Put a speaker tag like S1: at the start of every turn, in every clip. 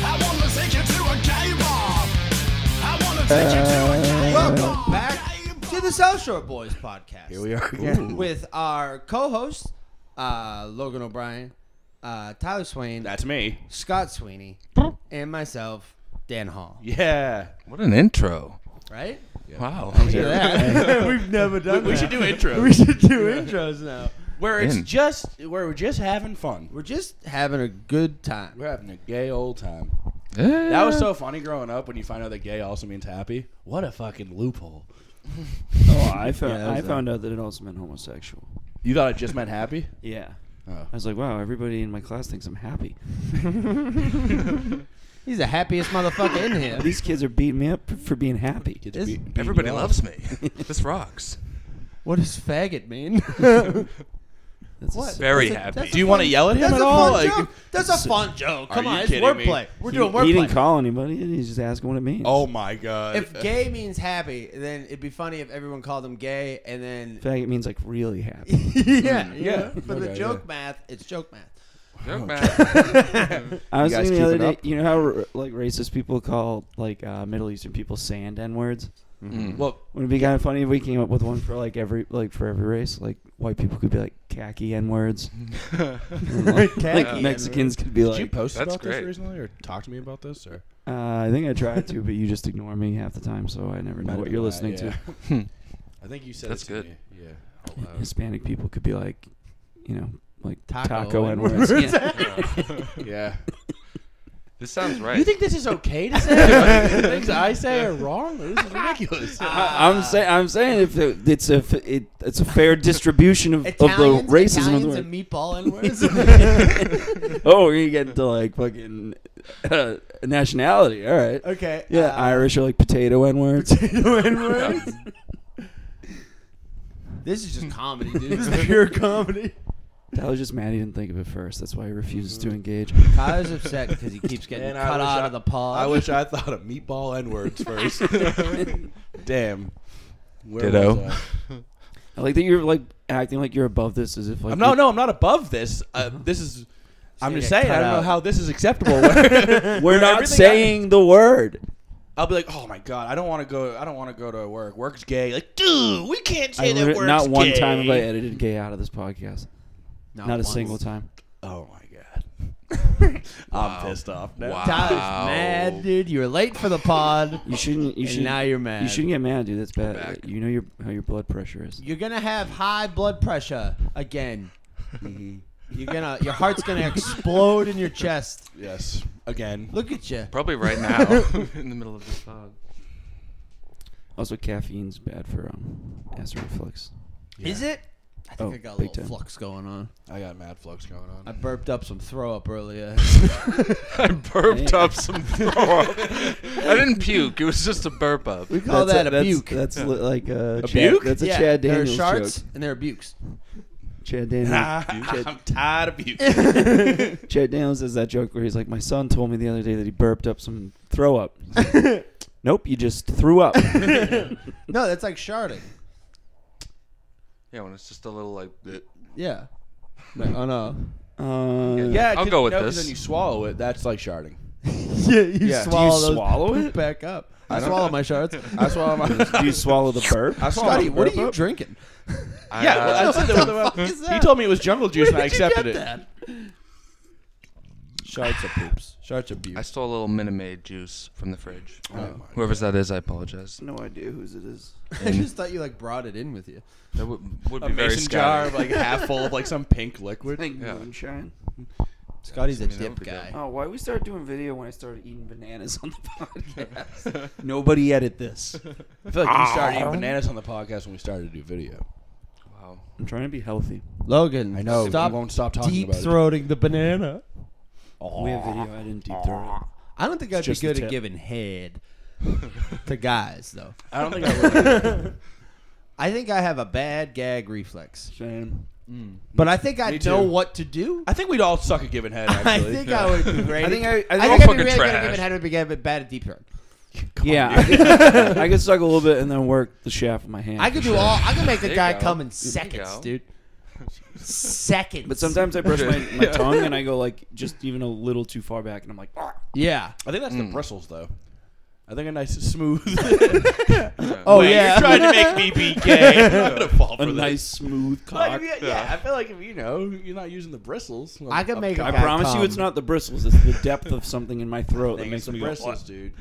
S1: Welcome Uh, back to the South Shore Boys podcast. Here
S2: we are again.
S1: with our co-host uh, Logan O'Brien, uh, Tyler Swain,
S3: That's me.
S1: Scott Sweeney, and myself, Dan Hall.
S3: Yeah.
S2: What an intro!
S1: Right?
S2: Wow.
S1: Look at that. We've never done.
S3: We should do intro.
S1: We should do intros now.
S3: where it's
S2: In.
S3: just where we're just having fun.
S1: We're just having a good time.
S3: We're having a gay old time. That was so funny growing up when you find out that gay also means happy. What a fucking loophole.
S4: Oh, I found
S1: that
S4: I
S1: was a-
S4: found out that it also meant homosexual.
S3: You thought it just meant happy?
S4: Yeah.
S3: Oh.
S4: I was like, wow, everybody in my class thinks I'm happy.
S1: He's the happiest motherfucker in here.
S4: These kids are beating me up for being happy.
S3: Kids
S1: Is-
S3: beat- beating
S2: Everybody
S3: you up.
S2: loves me. this rocks.
S1: What does faggot mean? what?
S4: That's a s-
S2: Very
S1: That's a-
S2: happy.
S1: that's a
S3: Do you want to
S1: fun-
S3: yell at him
S1: that's
S3: at
S1: a
S3: all?
S1: Fun
S3: Like,
S1: joke. That's a fun joke. Come
S3: you
S1: on, it's
S3: kidding me?
S1: wordplay. We're doing
S4: he, he didn't
S1: wordplay.
S4: call anybody. He's just asking what it means.
S3: oh my god.
S1: if gay means happy, then it'd be funny if everyone called him gay, and then
S4: faggot means like really happy.
S1: yeah, yeah.
S3: yeah.
S1: For the
S3: Okay,
S1: joke
S3: yeah.
S1: math, it's joke math.
S2: Joke man.
S4: I was
S3: guys
S4: thinking
S3: keep
S4: the other
S3: it
S4: day,
S3: up?
S4: you know how r- like racist people call like uh, Middle Eastern people sand n words. Mm.
S3: well,
S4: Wouldn't it be kind of funny if we came up with one for like every like for every race? Like white people could be like khaki n words. like
S1: Khaki
S4: Mexicans could be
S3: did you
S4: like.
S3: post
S2: That's
S3: about this
S2: great.
S3: recently or talk to me about this or
S4: Uh, I think I tried to, but you just ignore me half the time, so I never know what you're listening to.
S3: to? I think you said
S2: That's
S3: it to
S2: good.
S3: me. Yeah.
S4: Hispanic people could be like, you know, like
S1: Taco
S4: taco,
S1: and
S4: and words.
S3: Yeah.
S2: This sounds right.
S3: You think this is okay to say? the things I say are wrong? This is ridiculous.
S4: I- I'm saying, I'm saying, if it, it's a, f- it, it's a fair distribution of, of the
S1: Italians,
S4: racism of
S1: Italians and
S4: the word.
S1: meatball and words.
S4: Oh, we're gonna get into like fucking uh, nationality. All right.
S1: okay.
S4: Yeah,
S1: uh,
S4: Irish are like potato n words.
S1: N-words. this is just comedy, dude. This is pure comedy.
S4: That was just Matt. He didn't think of it first. That's why he refuses to engage.
S1: Kyle's upset because he keeps getting
S3: Man, I
S1: cut
S3: wish
S1: out
S3: I-
S1: of the pod.
S3: I wish I thought of meatball and words first. Damn. Where
S2: Ditto.
S3: was I?
S4: I like that you're like acting like you're above this, as if like
S3: I'm, no, no, I'm not above this. Uh, this is. I'm
S4: You're
S3: just
S4: gonna
S3: saying.
S4: get
S3: I
S4: cut
S3: don't know
S4: out.
S3: how this is acceptable. Where-
S4: We're
S3: where
S4: not
S3: everything
S4: saying the word.
S3: I, will be like, oh my god, I don't want to go. I don't want to go to work. Work's gay. Like, dude, we can't
S4: I
S3: say that
S4: literally-
S3: work's
S4: not one
S3: gay.
S4: time have I edited gay out of this podcast. Not, a
S1: once.
S4: single time.
S3: Oh my god. I'm pissed off. Now.
S2: Wow.
S1: Tyler's
S2: Ow.
S1: mad, dude. You were late for the pod.
S4: You shouldn't. You
S1: and
S4: should.
S1: now you're mad.
S4: You shouldn't get mad, dude. That's bad.
S2: back.
S4: You know your how your blood pressure is.
S1: You're gonna have high blood pressure again. You're gonna, your heart's gonna explode in your chest.
S3: Yes. Again.
S1: Look at you.
S2: Probably right now, in the middle of this pod.
S4: Also, caffeine's bad for um, acid reflux.
S1: Is it? I think
S4: Oh,
S1: I got a
S4: big
S1: little
S4: time.
S1: flux going on.
S3: I got mad flux going
S1: I
S3: on.
S1: burped up some throw up earlier.
S2: I burped up some throw up. I didn't puke. It was just a burp up.
S1: We call that a,
S4: that's,
S1: buke.
S4: That's li- like a, Chad-
S3: buke?
S4: That's a Chad
S1: there are
S4: Daniels
S1: sharts
S4: joke.
S1: and there are bukes.
S4: Chad Daniels.
S3: I'm tired of you.
S4: Chad Daniels does that joke where he's like, "My son told me the other day that he burped up some throw up." nope, you just threw up.
S1: No, that's like sharding.
S2: Yeah, when it's just a little like. bleh.
S1: Yeah. Like, oh no.
S4: Uh,
S3: Yeah,
S2: I'll
S3: 'cause-
S2: go with
S3: no, 'cause
S2: this.
S3: Then you swallow it. That's like sharding.
S1: yeah, you
S3: Yeah. Do you
S1: swallow those
S3: swallow
S1: poop
S3: it?
S1: back up. I,
S3: I don't-
S1: swallow my shards.
S3: I swallow my.
S4: Do you swallow the burp?
S3: I swallow
S1: Scotty,
S3: my
S1: what are
S3: burp
S1: you
S3: up.
S1: drinking?
S2: I,
S3: Yeah, well,
S2: uh,
S3: I said
S1: What
S3: that.
S1: the fuck is
S3: He
S1: that?
S3: told me it was jungle juice, and I
S1: Where did you
S3: accepted
S1: get
S3: it.
S1: that?
S3: Shards of poops. Shards of
S2: I
S3: bukes.
S2: stole a little Minimade juice from the fridge.
S3: Oh.
S2: Whoever's that is, I apologize.
S4: no idea whose it is.
S1: I just thought you like brought it in with you.
S2: That would, would
S3: A
S2: be very
S3: mason jar,
S2: scary.
S3: of, like half full of like some pink liquid.
S4: Like
S2: Yeah.
S4: moonshine.
S1: Scotty's a
S2: I mean, that
S1: dip
S2: would be
S1: guy.
S4: Oh, why we started doing video when I started eating bananas on the podcast? Nobody edit this.
S3: I feel like we started
S2: Ah.
S3: eating bananas on the podcast when we started to do video.
S2: Wow.
S4: I'm trying to be healthy.
S1: Logan,
S3: I know.
S1: Stop
S3: we won't stop talking
S1: deep
S3: about
S1: throating the banana.
S4: We have video. I didn't deep throat.
S1: I don't think I'd
S4: just
S1: be
S4: the
S1: good at
S4: tip.
S1: giving head to guys though.
S3: it. I don't think I would.
S1: I think I have a bad gag reflex,
S4: Shame.
S1: but I think I
S3: Me
S1: know
S3: too.
S1: what to do.
S3: I think we'd all suck at giving head.
S1: I
S3: Actually,
S1: think I would be great.
S4: I think I- I think
S1: I
S4: I'll
S1: think I'd be
S2: fucking
S1: really good at
S2: trash.
S1: giving head, but be good at bad at deep throat.
S4: Yeah, I could, I could suck a little bit and then work the shaft with my hand.
S1: I could do all. I could make a
S2: There you
S1: guy
S2: go.
S1: come in
S2: you
S1: seconds,
S2: go.
S1: dude. Seconds.
S4: But sometimes I brush my, my tongue and I go like just even a little too far back, and I'm like, "Ah."
S1: yeah.
S3: Hmm. I think that's the bristles though. I think a nice smooth.
S1: Oh
S3: Wait,
S1: yeah.
S3: You're trying to make me be gay. I'm gonna fall for
S4: A
S3: this.
S4: nice smooth
S3: Like,
S4: cock.
S3: yeah, yeah, I feel like if you know you're not using the bristles.
S1: I could make a
S4: I
S1: guy
S4: promise you,
S1: come.
S4: it's not the bristles. It's the depth of something in my throat that
S3: Think
S4: makes
S3: it's
S4: me
S3: the
S4: go,
S3: bristles,
S4: "What?"
S3: dude.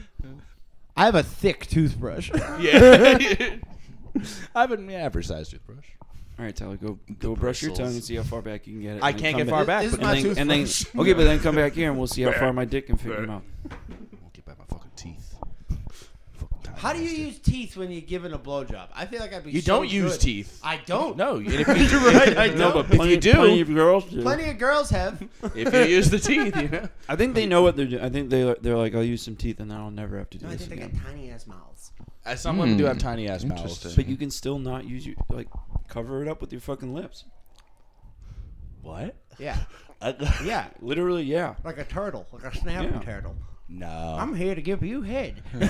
S1: I have a thick toothbrush.
S3: Yeah. I have an average-sized toothbrush.
S4: All right, Tyler, go go brush your
S2: bristles.
S4: tongue and see how far back you can get it.
S3: I
S4: and then
S3: can't
S4: come
S3: get far
S4: back.
S3: back.
S1: This is
S3: but
S1: my
S4: And then, and then,
S1: toothbrush.
S4: okay, but then come back here and we'll see how far my dick can figure him out.
S3: I'll get by my fucking teeth. Fucking time
S1: How do you
S3: wasted.
S1: use teeth when you're given a blowjob? I feel like I'd be.
S3: You
S1: so
S3: don't use
S1: good.
S3: teeth.
S1: I don't.
S3: No, and if you do,
S1: I
S3: no,
S1: don't.
S3: but if
S4: plenty,
S3: you
S4: plenty
S3: do,
S4: of girls do.
S1: Plenty of girls have.
S3: if you use the teeth, you know.
S4: I think they know what they're doing. I think they they're like, I'll use some teeth and then I'll never have to do
S1: No, I
S4: this
S1: think they
S4: again.
S1: got tiny ass mouths.
S3: Uh, Some women do
S2: Hmm.
S3: have tiny ass mouths.
S2: Interesting.
S4: But you can still not use your like cover it up with your fucking lips.
S3: What?
S1: Yeah, yeah,
S4: Literally, yeah.
S1: like a turtle, like a snapping
S4: Yeah.
S1: turtle.
S3: No.
S1: I'm here to give you head. hey,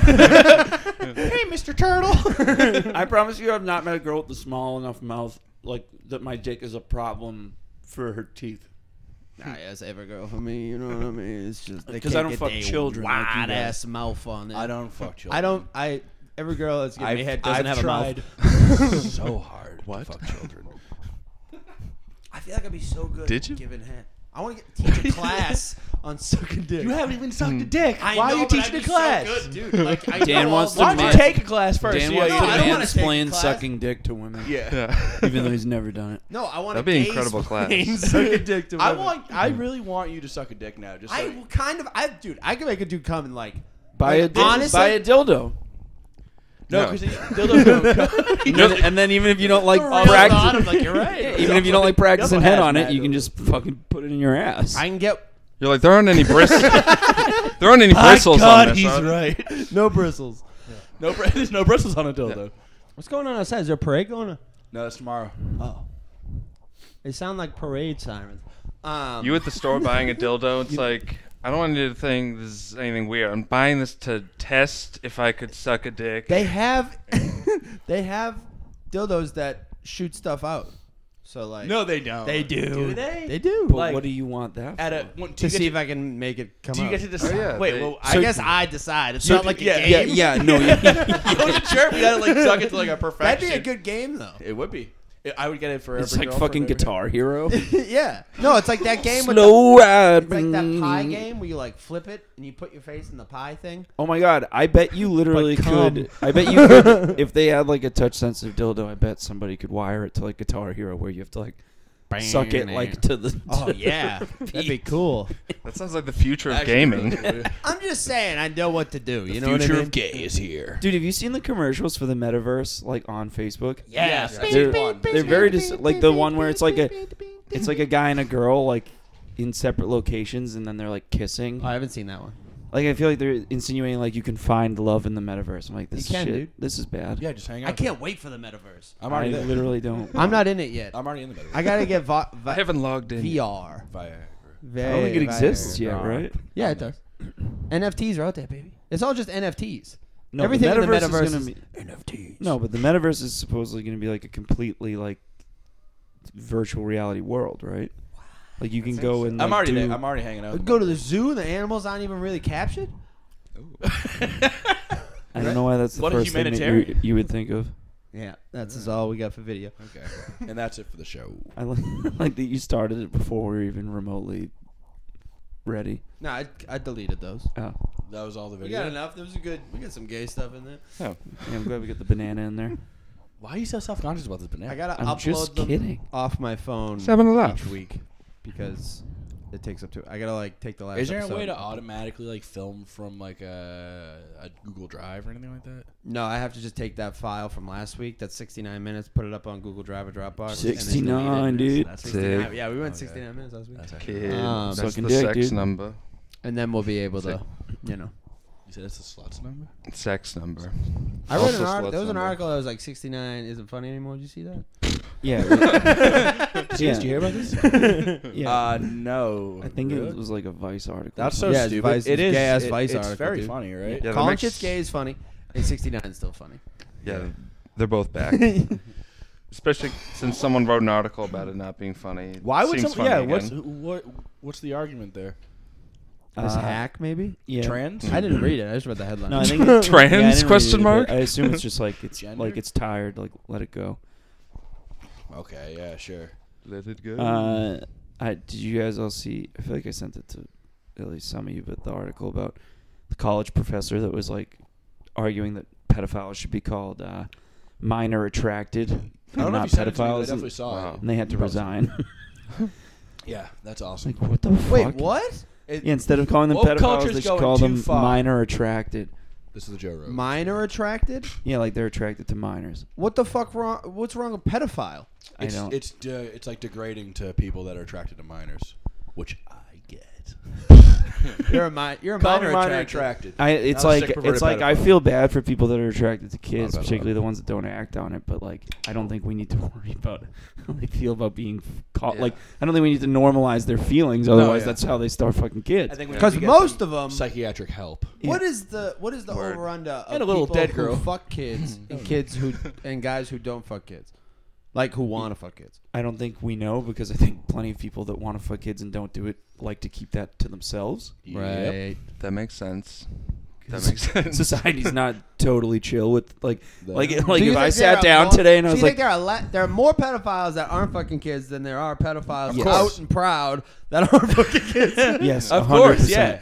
S1: Mr. Turtle.
S4: I promise you, I've not met a girl with a small enough mouth like that. My dick is a problem for her teeth.
S1: nah, it's every girl for me. You know what I mean? It's just
S4: 'Cause I don't fuck children like you
S1: Wide
S4: guys.
S1: ass mouth on it.
S3: I don't fuck children.
S1: I don't. I. Every girl that's giving me
S3: I've-
S1: head doesn't
S3: I've
S1: have a
S3: tried.
S1: mouth.
S3: so hard. What? To fuck children.
S1: I feel like I'd be so good.
S2: Did you?
S1: giving head? I want to teach a class on sucking dick.
S3: You haven't even sucked a dick.
S1: I
S3: Why
S1: know,
S3: are you
S1: but I'd
S3: teaching
S1: be
S3: a class?
S1: So good, dude. Like, I
S4: Dan
S1: know
S4: wants
S1: all
S4: to
S3: Why
S1: about
S3: don't
S4: man-
S1: it.
S3: you take a class first?
S4: Dan
S3: Yeah,
S4: wants
S1: No,
S3: you
S1: I
S3: do.
S1: don't
S4: to
S1: wanna take
S4: mansplain
S1: class.
S4: sucking dick to women,
S3: Yeah.
S2: Yeah.
S4: even though he's never done it.
S1: No, I want
S2: That'd be an incredible class.
S1: Suck a dick to
S3: I
S1: women.
S3: want. I really want you to suck a dick now. Just
S1: I
S3: so-
S1: kind of. I dude. I could make a dude come and like.
S4: Buy a
S1: Like,
S4: dil-
S1: honestly-
S4: buy a dildo.
S3: no,
S2: No.
S3: because dildos don't come.
S4: And then, and then even if you don't like
S1: real thought of,
S4: practice,
S1: like, you're right.
S4: even if you don't like practicing
S3: Double
S4: head
S3: ass
S4: on it,
S3: mad
S4: you can
S3: dildo.
S4: just fucking put it in your ass.
S1: I can get
S2: You're like, there aren't any bristles. there aren't any bristles on this. huh?
S3: right.
S1: no bristles.
S3: No, br- there's no bristles on a dildo.
S1: What's going on outside? Is there a parade going on?
S3: No, that's tomorrow.
S1: Oh, they sound like parade sirens. Um,
S2: You at the store buying a dildo? It's like I don't want you to think this is anything weird. I'm buying this to test if I could suck a dick.
S1: they have, they have dildos that shoot stuff out. So like,
S3: No, they don't.
S1: they do.
S3: Do they?
S1: They do.
S4: but
S3: like-
S4: what do you want that?
S3: At
S4: for?
S3: a when, do
S1: to
S3: you get
S1: see
S3: to-
S1: if I can make it come
S3: Do you
S1: out.
S3: get to decide?
S2: Oh, yeah,
S3: Wait,
S2: they-
S3: well, I
S1: I
S4: So-
S1: guess I decide. It's
S3: So-
S1: not like a
S3: yeah,
S1: game.
S4: yeah, yeah, no, yeah.
S3: you don't jerk. You gotta like suck it to like a perfection.
S1: That'd be a good game though.
S3: It would be. It, I would get it for every.
S4: it's like
S3: girlfriend
S4: fucking
S3: every-
S4: Guitar Hero.
S1: yeah. No, it's like that game with the
S4: Slow ride.
S1: It's like that pie game where you like flip it and you put your face in the pie thing.
S4: Oh my god! I bet you literally
S1: But cum.
S4: could. I bet you could. if they had like a touch sensitive dildo, I bet somebody could wire it to like Guitar Hero, where you have to like suck it like to the.
S1: Oh yeah, that'd be cool.
S2: That sounds like the future of
S3: Actually,
S2: gaming.
S3: the
S1: I'm just saying, I know what to do. You know
S3: future
S1: what I
S3: of
S1: mean?
S3: gay is here.
S4: Dude, have you seen the commercials for the metaverse like on Facebook?
S1: Yeah.
S3: Yes.
S4: They're,
S3: Fun.
S4: they're very dis- like the one where it's like a it's like a guy and a girl like in separate locations and then they're like kissing.
S1: Oh, I haven't seen that one.
S4: Like I feel like they're insinuating like you can find love in the metaverse. I'm like this
S1: You can,
S4: shit.
S1: dude.
S4: This is bad.
S3: Yeah, just hang out.
S1: I can't wait for the metaverse.
S3: I'm
S4: I
S3: already there.
S4: literally don't.
S1: I'm not in it yet.
S3: I'm already in the middle.
S1: I gotta get vo-
S2: I haven't logged in.
S1: VR.
S3: Viagra.
S4: I don't think it exists yet,
S3: Nah.
S4: right?
S1: Yeah, it does. NFTs are out there, baby. It's all just NFTs.
S4: No,
S1: Everything
S4: the
S1: in the
S4: metaverse,
S1: metaverse
S4: is gonna
S1: is-
S4: be,
S3: NFTs.
S4: No, but the metaverse is supposedly going to be like a completely like virtual reality world, right? Like you can go and
S3: I'm
S4: like,
S3: already
S4: do-
S3: there. I'm already hanging out.
S1: I'd go to the zoo. The animals aren't even really captured.
S4: I don't know why that's the
S3: What a
S4: first thing that you,
S3: humanitarian.
S4: you would think of.
S1: Yeah, that's is all we got for video.
S3: Okay. and that's it for the show.
S4: I like, like that you started it before we were even remotely ready.
S1: No, I, I deleted those.
S4: Oh,
S3: That was all the
S1: We
S3: video.
S1: got enough. There was a good. We got some gay stuff in there.
S4: yeah, I'm glad we got the banana in there.
S3: Why are you so self-conscious about this banana?
S1: I gotta
S4: I'm
S1: upload
S4: just
S1: them
S4: kidding.
S1: off my phone
S2: Seven left.
S1: each week because it takes up to. I gotta like take the last.
S3: Is there a
S1: episode.
S3: way to automatically like film from like a, a Google Drive or anything like that?
S1: No, I have to just take that file from last week. That's 69 minutes. Put it up on Google Drive or Dropbox. and then delete it.
S4: 69, dude.
S3: That's
S1: 69. Yeah, we went
S3: Okay.
S1: 69 minutes last week,
S3: That's actually,
S2: Kid.
S1: Um,
S2: That's
S4: Sucking
S2: the
S4: dick,
S2: sex
S4: dude.
S2: number.
S1: and then we'll be able to,
S2: Sick.
S1: you know.
S3: you said that's the sluts number.
S2: Sex number.
S1: I read
S2: Also
S1: an article.
S2: sluts
S1: There was an
S2: number.
S1: article that was like 69 isn't funny anymore. Did you see that?
S4: Yeah. but- yeah.
S3: Did you hear about this?
S4: Yeah.
S3: Uh, no.
S4: I think
S3: Really?
S4: it was like a Vice article.
S3: That's so
S1: Yeah, it's
S3: stupid.
S1: Vice-
S3: it
S1: it's
S3: is.
S1: gay-ass
S3: it-
S1: Vice
S3: it's
S1: article,
S3: very
S1: dude.
S3: funny, right?
S2: Yeah, that
S1: Calling
S2: makes-
S1: shit's gay is funny, and 69 is still funny.
S2: Yeah, they're both back. Especially since someone wrote an article about it not being funny. It
S3: Why would
S2: seems
S3: some?
S2: funny
S3: Yeah.
S2: again.
S3: What's what? What's the argument there?
S1: Miss
S4: Uh,
S1: Hack, maybe?
S4: Yeah.
S3: Trans?
S1: I didn't read it. I just read the headline.
S4: No, I think yeah, I
S2: Trans,
S4: didn't read
S2: question
S4: it either.
S2: mark?
S4: I assume it's just like it's
S3: Gender?
S4: like it's tired. Like let it go.
S3: Okay, yeah, sure.
S2: Let it go.
S4: Uh, I, did you guys all see? I feel like I sent it to at least some of you, but the article about the college professor that was like arguing that pedophiles should be called uh, minor attracted, and
S3: I don't know
S4: not
S3: if you said it to me, but I
S4: pedophiles,
S3: definitely
S4: and,
S3: saw
S2: Wow.
S3: it.
S4: and they had to
S3: Probably.
S4: resign.
S3: Yeah, that's awesome.
S4: like what the fuck?
S1: Wait, what?
S3: It-
S4: Yeah, instead of calling them
S3: Woke
S4: pedophiles,
S3: culture's
S4: they should
S3: going
S4: call
S3: too
S4: them
S3: far.
S4: minor attracted.
S3: This is the Joe Rogan.
S1: Minor attracted?
S4: Yeah, like they're attracted to minors.
S1: What the fuck wrong? What's wrong with pedophile?
S3: it's,
S4: I don't.
S3: It's de- it's like degrading to people that are attracted to minors, which I get.
S1: You're a mi- you're a
S3: Call
S1: minor,
S3: me minor
S1: attracted.
S3: attracted.
S4: I, it's
S3: Not a
S4: like
S3: sick,
S4: it's
S3: perverted
S4: like I
S3: pedophile.
S4: feel bad for people that are attracted to kids,
S3: Not a pedophile.
S4: particularly the ones that don't act on it. But like, I don't think we need to worry about how they feel about being f- caught.
S2: Yeah.
S4: Like, I don't think we need to normalize their feelings. Otherwise,
S3: yeah.
S4: that's how they start fucking kids.
S3: I think we need
S1: Because
S3: to get
S1: most
S3: some
S1: of them.
S3: psychiatric help.
S4: Yeah.
S1: What is the what is the
S2: Word.
S1: over under of
S3: And a little
S1: people
S3: dead
S1: who
S3: girl.
S1: fuck kids and kids who and guys who don't fuck kids, like who want to fuck kids?
S4: I don't think we know because I think plenty of people that want to fuck kids and don't do it like to keep that to themselves.
S3: Yep.
S2: that makes sense. That makes sense.
S4: Society's not totally chill with like
S3: They-
S4: like
S3: Do
S4: like
S1: Do you
S4: if
S1: think
S4: I
S1: there
S4: sat
S1: are
S4: down
S1: more-
S4: today and I
S1: do
S4: was
S1: you
S4: like,
S1: think there are la- there are more pedophiles that aren't fucking kids than there are pedophiles
S4: Of
S1: out
S4: course.
S1: and proud that aren't fucking kids.
S4: yes,
S3: Of course, yeah.
S4: 100%.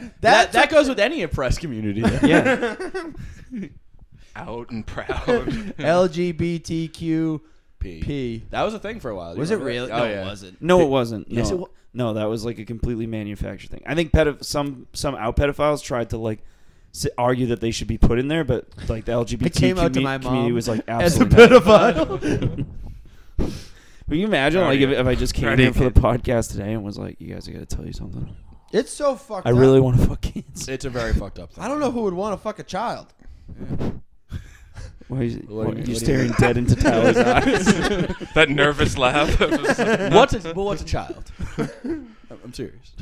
S3: That
S1: That's
S3: that goes with any oppressed community.
S4: yeah.
S2: Out and proud.
S1: LGBTQP.
S3: P. That was a thing for a while. Do you
S1: Was it
S3: remember
S1: really?
S3: that?
S1: no,
S3: Oh, yeah.
S1: it wasn't.
S4: No, it wasn't.
S3: Yes,
S4: no.
S3: it wa-
S4: no, that was like a completely manufactured thing. I think pedoph- some some out pedophiles tried to like s- argue that they should be put in there, but like the LGBT
S1: It came out to
S4: commu-
S1: my
S4: community
S1: mom
S4: was like
S1: as a
S4: absolutely. not.
S1: pedophile.
S4: Can you imagine like if, if I just came
S2: Ready,
S4: in for the
S2: kid.
S4: podcast today and was like, "You guys, I gotta tell you something.
S1: it's so fucked.
S4: I
S1: up.
S4: really want to fuck kids."
S3: It's a very fucked up thing.
S1: I don't know who would want to fuck a child.
S4: Why, is, why
S3: do you-
S4: are you
S3: what do you
S4: staring
S3: mean?
S4: dead into Tyler's eyes?
S2: that nervous laugh.
S3: What's a, well, what's a child? I'm I'm serious.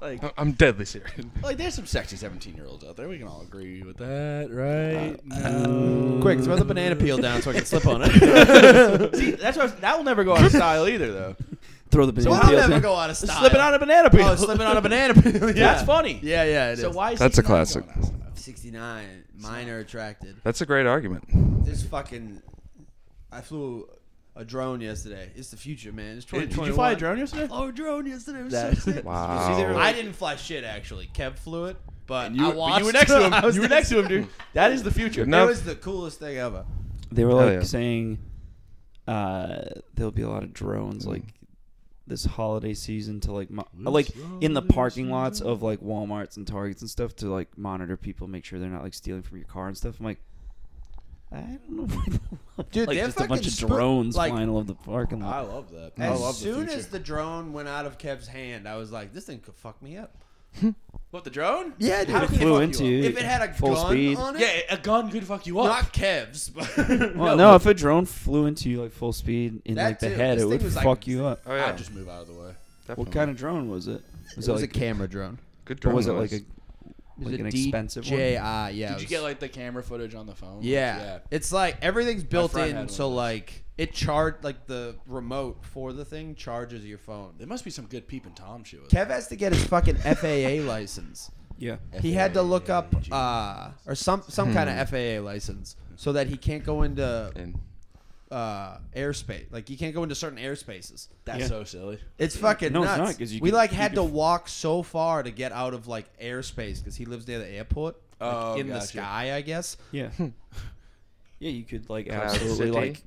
S3: like,
S2: I'm deadly serious.
S3: like, there's some sexy 17 year olds out there. We can all agree with that, right?
S1: Quick, throw the banana peel down so I can slip on it.
S3: See, that's what I was- that will never go out of style either, though.
S4: Throw the
S1: so
S4: banana
S1: I'll
S4: peels
S1: never
S4: in.
S1: go out of style.
S3: Slipping on a banana peel.
S1: Oh, slipping on a banana peel. Yeah.
S3: That's funny.
S1: Yeah, yeah, it is.
S3: So why? Is
S2: That's
S3: he
S2: a
S3: not
S2: classic.
S3: going out of style?
S1: 69, minor attracted.
S2: That's a great argument.
S1: This fucking. I flew a drone yesterday. It's the future, man. It's
S3: Did
S1: 2021.
S3: you fly a drone yesterday?
S1: Oh, a drone yesterday. It was
S3: That-
S1: so sick.
S2: Wow.
S3: You see, they were
S1: I didn't fly shit, actually. Kev flew it, but
S3: And you,
S1: I
S3: but you
S1: watched.
S3: were next to him.
S1: I was
S3: you were next to him, dude. That is the future.
S2: No.
S1: It was the coolest thing ever.
S4: They were
S2: Hell
S4: like
S2: yeah.
S4: saying uh, there'll be a lot of drones
S2: Mm.
S4: like this holiday season to like mo- like in the parking lots of like Walmarts and Targets and stuff to like monitor people, make sure they're not like stealing from your car and stuff. I'm like, I don't know, if I love
S1: Dude,
S4: like
S1: they're
S4: just a bunch
S1: fucking
S4: of
S1: spoo-
S4: drones
S1: like-
S4: flying all over the parking
S3: I
S4: lot.
S3: love that. I
S1: As
S3: love
S1: soon
S3: the
S1: as the drone went out of Kev's hand, I was like, this thing could fuck me up.
S3: what the drone?
S1: Yeah, dude.
S3: How
S4: it
S3: can it
S4: flew
S3: fuck you
S4: into
S3: up?
S4: you.
S1: If it had a
S4: full
S1: gun
S4: speed.
S1: on it,
S3: Yeah, a gun could fuck you up.
S1: not Kev's, but
S4: Well, no, if a drone flew into you like full speed in
S1: That
S4: like the
S1: too.
S4: head,
S1: This
S4: it
S1: thing
S4: would
S1: was,
S4: fuck
S1: like,
S4: you up.
S2: Oh yeah.
S3: I'd just move out of the way.
S4: What kind of drone was it? Was
S1: It was
S4: like
S1: a camera drone.
S2: good
S4: or
S2: drone
S4: was it
S2: noise.
S4: like
S1: It
S4: a like
S1: was
S4: an
S1: a
S4: expensive one?
S1: DJI, yeah. it
S3: Did
S1: was-
S3: you get like the camera footage on the phone?
S1: yeah. It's like everything's built
S3: friend had
S1: in,
S3: one
S1: so
S3: of those.
S1: like it charged like the remote for the thing charges your phone.
S3: There must be some good peeping Tom shit with
S1: Kev has to get his fucking FAA license.
S4: Yeah.
S3: that.
S1: He had to look up
S3: FAA.
S1: uh or some some kind of FAA license so that he can't go into
S2: In-
S1: uh airspace. Like you can't go into certain airspaces.
S3: That's
S4: Yeah.
S3: so silly.
S1: It's fucking
S4: No, it's
S1: nuts.
S4: not, 'cause you
S1: we
S4: could-
S1: like
S4: you
S1: had
S4: could
S1: to
S4: f-
S1: walk so far to get out of like airspace because he lives near the airport, like,
S3: Oh,
S1: in the
S3: gotcha.
S1: sky, I guess.
S4: Yeah. yeah, you could like
S2: Cloud
S4: absolutely
S2: City?
S4: like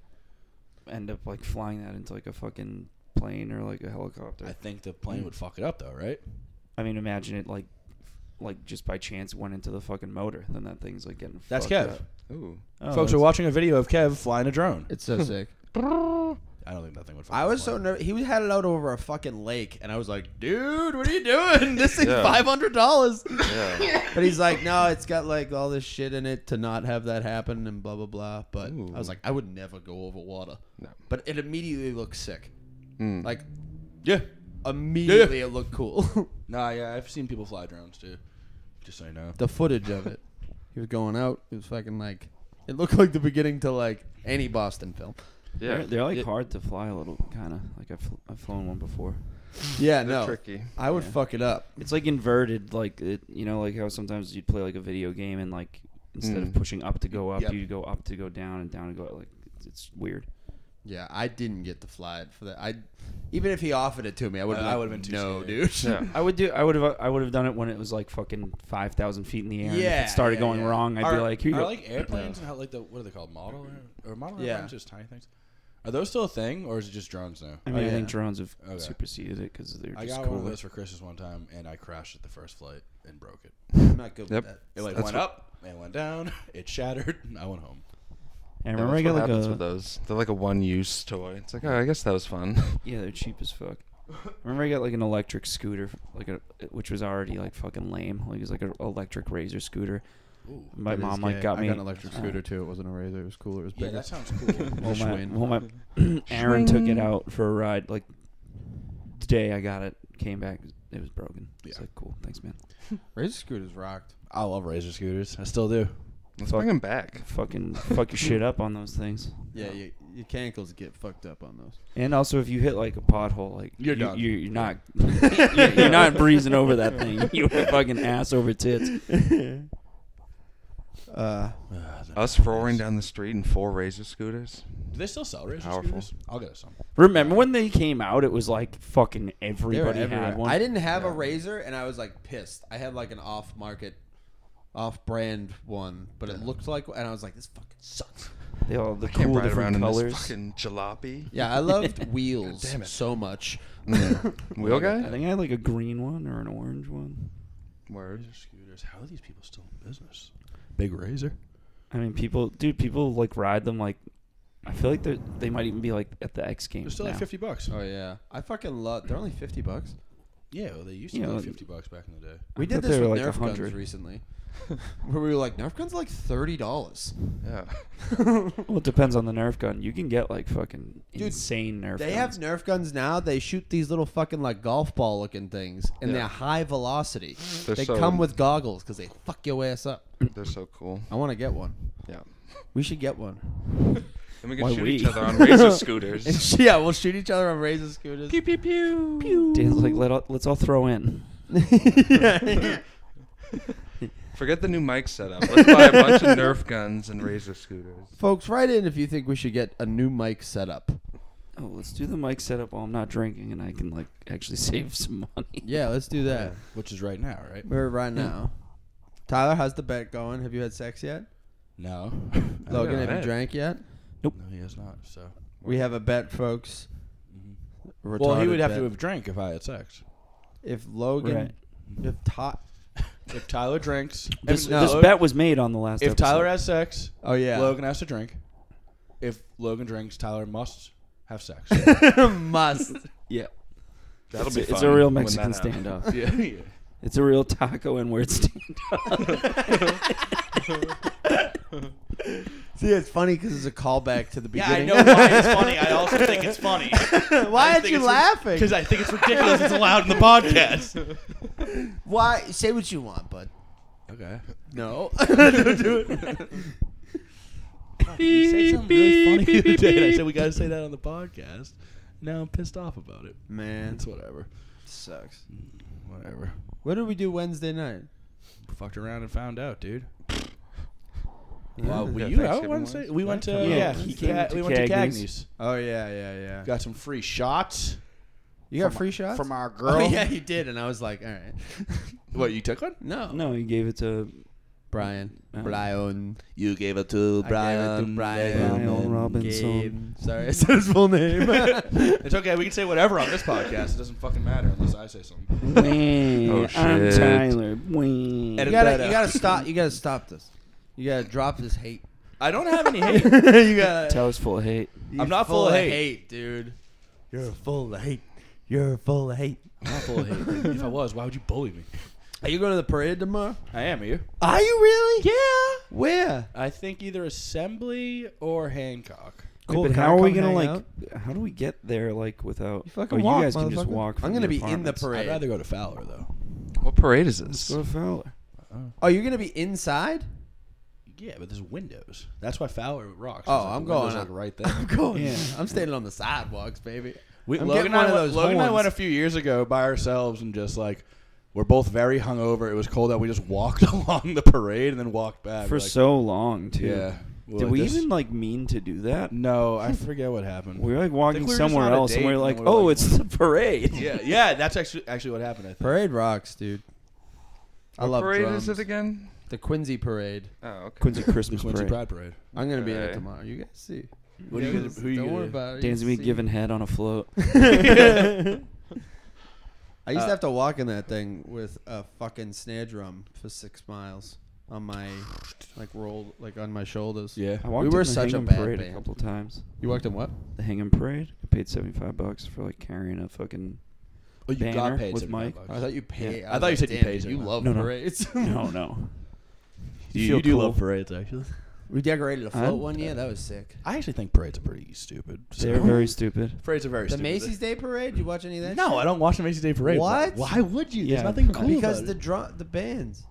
S4: end up like flying that into like a fucking plane or like a helicopter.
S3: I think the plane would fuck it up though, right?
S4: I mean, imagine it like like just by chance went into the fucking motor, then that thing's like getting
S3: That's
S4: fucked
S3: Kev.
S4: up.
S2: Ooh.
S4: Oh,
S3: Folks are
S4: that's-
S3: watching a video of Kev flying a drone.
S1: It's so sick.
S3: I don't think that thing would. Fuck
S1: I
S3: up
S1: was
S3: a
S1: so
S3: plane.
S1: nervous. He had it out over a fucking lake, and I was like, "Dude, what are you doing? This thing's
S2: Yeah.
S1: five hundred dollars."
S2: Yeah.
S1: But he's like, "No, it's got like all this shit in it to not have that happen, and blah blah blah." But I was like, "I would never go over water."
S2: No.
S1: But it immediately looked sick.
S2: Mm.
S1: Like
S3: Yeah.
S1: immediately, it looked cool.
S3: Nah, yeah. I've seen people fly drones too. Just so you know.
S1: the footage of it. He was going out. It was fucking like it looked like the beginning to like any Boston film.
S2: yeah.
S4: They're, they're like
S2: Yeah.
S4: hard to fly a little, kind of like I've, fl- I've flown one before.
S1: Yeah,
S2: They're
S1: no.
S2: tricky.
S1: I would fuck it up.
S4: It's like inverted, like it, you know, like how sometimes you'd play like a video game and like instead of
S2: Mm.
S4: pushing up to go up,
S1: Yep.
S4: you go up to go down and down to go like it's- it's weird.
S1: Yeah, I didn't get the flat for that. I even if he offered it to me, I would.
S3: I- I
S1: have
S3: would've
S1: been
S3: been
S1: too
S3: too
S1: no,
S3: scared.
S1: dude.
S2: Yeah.
S4: I would do. I would have. uh, I would have done it when it was like fucking five thousand feet in the air. and
S1: Yeah,
S4: if it started
S1: yeah,
S4: going
S1: yeah.
S4: wrong, I'd
S1: Are-
S4: be like, here you
S3: Are
S4: go.
S3: like airplanes and how like the what are they called model air- or model
S1: Yeah.
S3: airplanes just tiny things? Are those still a thing or is it just drones now?
S4: I mean,
S1: Oh,
S4: I
S1: yeah.
S4: think drones have
S3: Okay.
S4: superseded it because they're
S3: I
S4: just
S3: got
S4: cool.
S3: one of those for Christmas one time and I crashed at the first flight and broke it.
S1: I'm not good
S2: Yep.
S1: with that.
S3: It like
S2: That's
S3: went
S2: what-
S3: up, it went down, it shattered, and I went home.
S4: And
S2: Yeah,
S4: remember, I
S2: that's
S4: got
S2: what
S4: like
S2: happens with
S4: a
S2: those. They're like a one-use toy. It's like, oh, I guess that was fun.
S4: yeah, they're cheap as fuck. Remember, I got like an electric scooter, like a which was already like fucking lame. Like it was like an electric razor scooter.
S3: Ooh.
S4: My mom like got
S5: I
S4: me
S5: got an electric
S4: uh,
S5: scooter too. It wasn't a razor. It was cooler. It was
S3: Yeah,
S5: bigger.
S3: that sounds cool.
S4: Well,
S5: Just
S4: my,
S5: win.
S4: well, my Aaron took it out for a ride. Like the day I got it, came back, it was broken. It's
S3: Yeah.
S4: like cool, thanks, man.
S5: razor scooters rocked.
S3: I love razor scooters. I still do.
S2: Let's bring them back.
S4: Fucking fuck your shit up on those things.
S1: Yeah, your, your cankles get fucked up on those.
S4: And also, if you hit like a pothole, like
S3: You're
S4: you,
S3: done.
S4: you, you're not, you're, you're not breezing over that thing. You're fucking ass over tits.
S1: Uh,
S2: Us roaring down the street in four razor scooters.
S3: Do they still sell razor
S2: Powerful.
S3: scooters? I'll get us some.
S4: Remember when they came out? It was like fucking everybody had one.
S1: I didn't have a razor, and I was like pissed. I had like an off-market, off-brand one, but it looked like, and I was like, this fucking sucks.
S4: They all the
S2: I can't
S4: cool
S2: ride around
S4: different
S2: in
S4: colors.
S2: this fucking jalopy.
S1: Yeah, I loved wheels so much.
S2: Wheel
S4: I
S2: guy?
S4: think I had like a green one or an orange one.
S2: Word.
S3: Razor scooters. How are these people still in business? Big razor.
S4: I mean, people, dude, people like ride them. Like, I feel like they they might even be like at the X Games
S3: They're still
S4: now.
S3: like fifty bucks.
S1: Oh yeah, I fucking love. They're only fifty bucks.
S3: Yeah, well, they used to
S4: Yeah,
S3: be
S4: like-
S3: like fifty bucks back in the day.
S4: I
S1: We did
S4: thought
S1: this
S4: they
S1: with
S4: were like
S1: Nerf guns
S4: 100.
S1: recently, where we were like, Nerf guns like thirty dollars.
S2: Yeah.
S4: Well, it depends on the Nerf gun. You can get like fucking
S1: Dude,
S4: insane Nerf.
S1: They have
S4: guns.
S1: Nerf guns now. They shoot these little fucking like golf ball looking things, and
S2: Yeah.
S1: they're high velocity.
S2: They're
S1: they
S2: so-
S1: come with goggles because they fuck your ass up.
S2: They're so cool.
S1: I want to get one.
S2: Yeah.
S1: We should get one.
S2: And we can
S4: Why
S2: shoot
S4: we?
S2: each other on razor scooters.
S1: And sh- yeah, we'll shoot each other on razor scooters.
S2: pew pew pew.
S4: Dan's like, Let all, let's all throw in.
S1: yeah.
S2: Forget the new mic setup. Let's buy a bunch of Nerf guns and razor scooters.
S1: Folks, write in if you think we should get a new mic setup.
S4: Oh, let's do the mic setup while I'm not drinking, and I can like actually save some money.
S1: Yeah, let's do that.
S3: Which is right now, right?
S1: We're right now. Tyler, how's the bet going? Have you had sex yet?
S3: No.
S1: Logan,
S2: had a
S1: have you
S2: bet.
S1: drank yet?
S3: No, he has not. So.
S1: We have a bet, folks. A
S3: Well, he
S1: retarded
S3: would have to
S1: bet.
S3: have drank if I had sex.
S1: If Logan,
S4: Right.
S1: if Ty,
S3: If Tyler drinks,
S4: This,
S1: no.
S4: this bet was made on the last.
S3: if
S4: episode.
S3: Tyler has sex,
S1: oh yeah,
S3: Logan has to drink. If Logan drinks, Tyler must have sex.
S1: must.
S4: yeah,
S2: That'll
S4: it's,
S2: be
S4: a, it's
S2: fun
S4: a real
S2: when that
S4: Mexican
S2: happens.
S4: standoff.
S3: yeah, yeah.
S4: It's a real taco and word standoff.
S1: See, it's funny because it's a callback to the beginning.
S3: it's funny. I also think it's funny
S1: Why aren't you laughing?
S3: I think it's ridiculous. It's allowed in the podcast.
S1: Why? Say what you want, bud.
S3: Okay.
S1: No,
S3: Oh.
S1: don't do it.
S3: You said something really funny the other day, and I said we got to say that on the podcast. Now I'm pissed off about it.
S1: Man,
S3: It's whatever.
S1: sucks.
S3: Whatever.
S1: What did we do Wednesday night?
S3: Fucked around and found out, dude.
S2: Wow,
S3: were
S2: Yeah,
S3: you out
S2: Thanksgiving
S3: Wednesday?
S2: was?
S3: We went to
S4: Yeah,
S3: yeah.
S4: he
S3: we
S4: came
S3: ca-
S4: to
S3: we went to Uh,
S4: Cagney's.
S3: Cagney's.
S1: Oh yeah, yeah, yeah.
S3: Got some free shots.
S1: You got free shots
S3: our girl.
S1: Oh yeah, you did, and I was like, all right.
S3: What you took one?
S1: no,
S4: No, he gave it to
S1: Brian,
S4: No.
S1: Brian.
S3: You gave it to
S4: Brian Robinson.
S1: Sorry, I said his full name.
S3: It's okay. We can say whatever on this podcast. It doesn't fucking matter unless I say something.
S4: Wayne.
S2: Oh,
S4: I'm
S2: shit.
S4: Tyler. Wayne.
S1: you
S3: Edit
S1: gotta,
S3: that out.
S1: you gotta stop. You gotta stop this. You gotta drop this hate.
S3: I don't have any hate.
S1: you gotta.
S4: Tyler's full of hate.
S1: you're
S3: not full of hate.
S1: dude. You're full of hate. You're full of hate.
S3: I'm not full of hate. If I was, why would you bully me?
S1: Are you going to the parade tomorrow?
S3: I am. Are you?
S1: Are you really?
S3: Yeah.
S1: Where?
S3: I think either assembly or Hancock.
S1: Cool,
S4: Wait, but
S1: can I
S4: how are we
S1: come
S4: gonna
S1: hang
S4: like?
S1: out?
S4: How do we get there like without?
S1: You fucking
S4: oh,
S1: walk,
S4: you guys can just
S1: motherfucker.
S4: walk.
S1: I'm
S4: from
S1: gonna be in
S4: your
S1: the
S4: apartments.
S3: I'd
S1: parade.
S3: rather go to Fowler though.
S2: What parade is
S4: Let's
S2: this?
S4: go to Fowler.
S1: Oh, you're going to be inside?
S3: Yeah, but there's windows. That's why Fowler rocks.
S1: Oh,
S3: is that the
S1: I'm going
S3: windows,
S1: up.
S3: like right there.
S1: Cool.
S4: Yeah.
S1: I'm standing on the sidewalks, baby.
S3: We,
S5: I'm
S3: Logan,
S5: getting one
S3: and I
S5: of
S3: went-
S5: those
S3: Logan and I went
S5: horns.
S3: a few years ago by ourselves and just like we're both very hungover. It was cold out. We just walked along the parade and then walked back
S4: for
S3: We're like,
S4: so long too.
S3: Yeah. We're
S4: Did
S3: like,
S4: we
S3: this-
S4: even like mean to do that?
S3: No, I forget what happened.
S4: We were like walking
S3: we were just
S4: somewhere
S3: on a
S4: else, and
S3: date
S4: we are
S3: and
S4: like,
S3: we were
S4: "Oh,
S3: like-
S4: it's the parade."
S3: yeah, yeah, that's actually actually what happened. I think.
S1: Parade rocks, dude. I
S2: What
S1: love
S2: parade
S1: drums.
S2: is it again?
S1: The Quincy Parade.
S2: Oh, okay.
S4: Quincy
S3: The
S4: Christmas
S3: Quincy
S4: parade.
S3: Pride Parade.
S1: I'm gonna be in it
S2: Okay.
S1: tomorrow. You guys see.
S3: What are you gonna- who you
S1: Don't
S3: gonna-
S1: worry about it.
S4: Dan's
S1: You
S4: gonna be
S1: see.
S4: giving head on a float.
S1: I used to have to walk in that thing with a fucking snare drum for six miles on my like rolled like on my shoulders.
S3: Yeah.
S4: I walked
S1: We were
S4: in the
S1: such a
S4: Hingham
S1: bad
S4: parade a
S1: band.
S4: couple times.
S1: You walked in what?
S4: The Hingham parade. I paid seventy five bucks for like carrying a fucking.
S3: Oh, you
S4: Banner
S3: got paid
S4: with
S3: 75
S4: Mike.
S3: bucks.
S1: I thought you paid.
S3: Yeah.
S1: was
S3: I thought you
S1: like,
S3: said you
S1: "Damn,
S3: paid
S1: dude, You
S3: somehow."
S1: love
S4: No, no.
S1: parades.
S4: No, no.
S3: You,
S4: feel
S3: you do
S4: cool.
S3: love parades, actually.
S1: We decorated a float
S4: I'm-
S1: one year. That was sick.
S3: I actually think parades are pretty stupid.
S4: They're very stupid.
S3: parades are very
S1: The
S3: stupid.
S1: Macy's Day Parade. You watch any of that?
S3: No, I don't watch the Macy's Day Parade.
S1: What?
S3: Why would you?
S4: Yeah.
S3: There's nothing cool
S1: Because
S3: about
S1: the
S3: it.
S1: drum, the bands.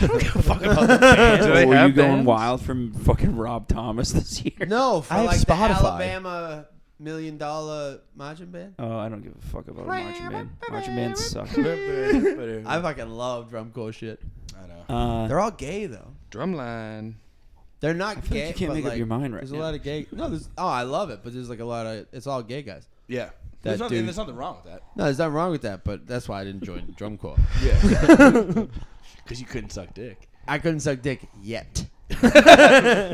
S3: I don't give a fuck about the bands.
S2: Do they
S4: were
S2: have
S4: you going
S2: bands?
S4: wild from fucking Rob Thomas this year?
S1: No, for
S3: I have
S1: like
S3: Spotify.
S1: the Alabama Million Dollar Marching Band.
S4: Oh, I don't give a fuck about a marching band. Marching bands suck.
S1: I fucking love drum corps shit.
S3: I know.
S4: Uh,
S1: They're all gay though.
S2: Drumline.
S1: They're not
S4: feel like
S1: gay.
S4: you can't
S1: but,
S4: make up
S1: like,
S4: your mind right
S1: There's
S4: now.
S1: a lot of gay. No, there's. Oh, I love it, but there's like a lot of. It's all gay guys.
S3: Yeah.
S1: That
S3: There's nothing,
S1: dude-
S3: there's nothing wrong with that.
S1: No, there's nothing wrong with that, but that's why I didn't join drum corps.
S3: Yeah. Because you couldn't suck dick.
S1: I couldn't suck dick yet.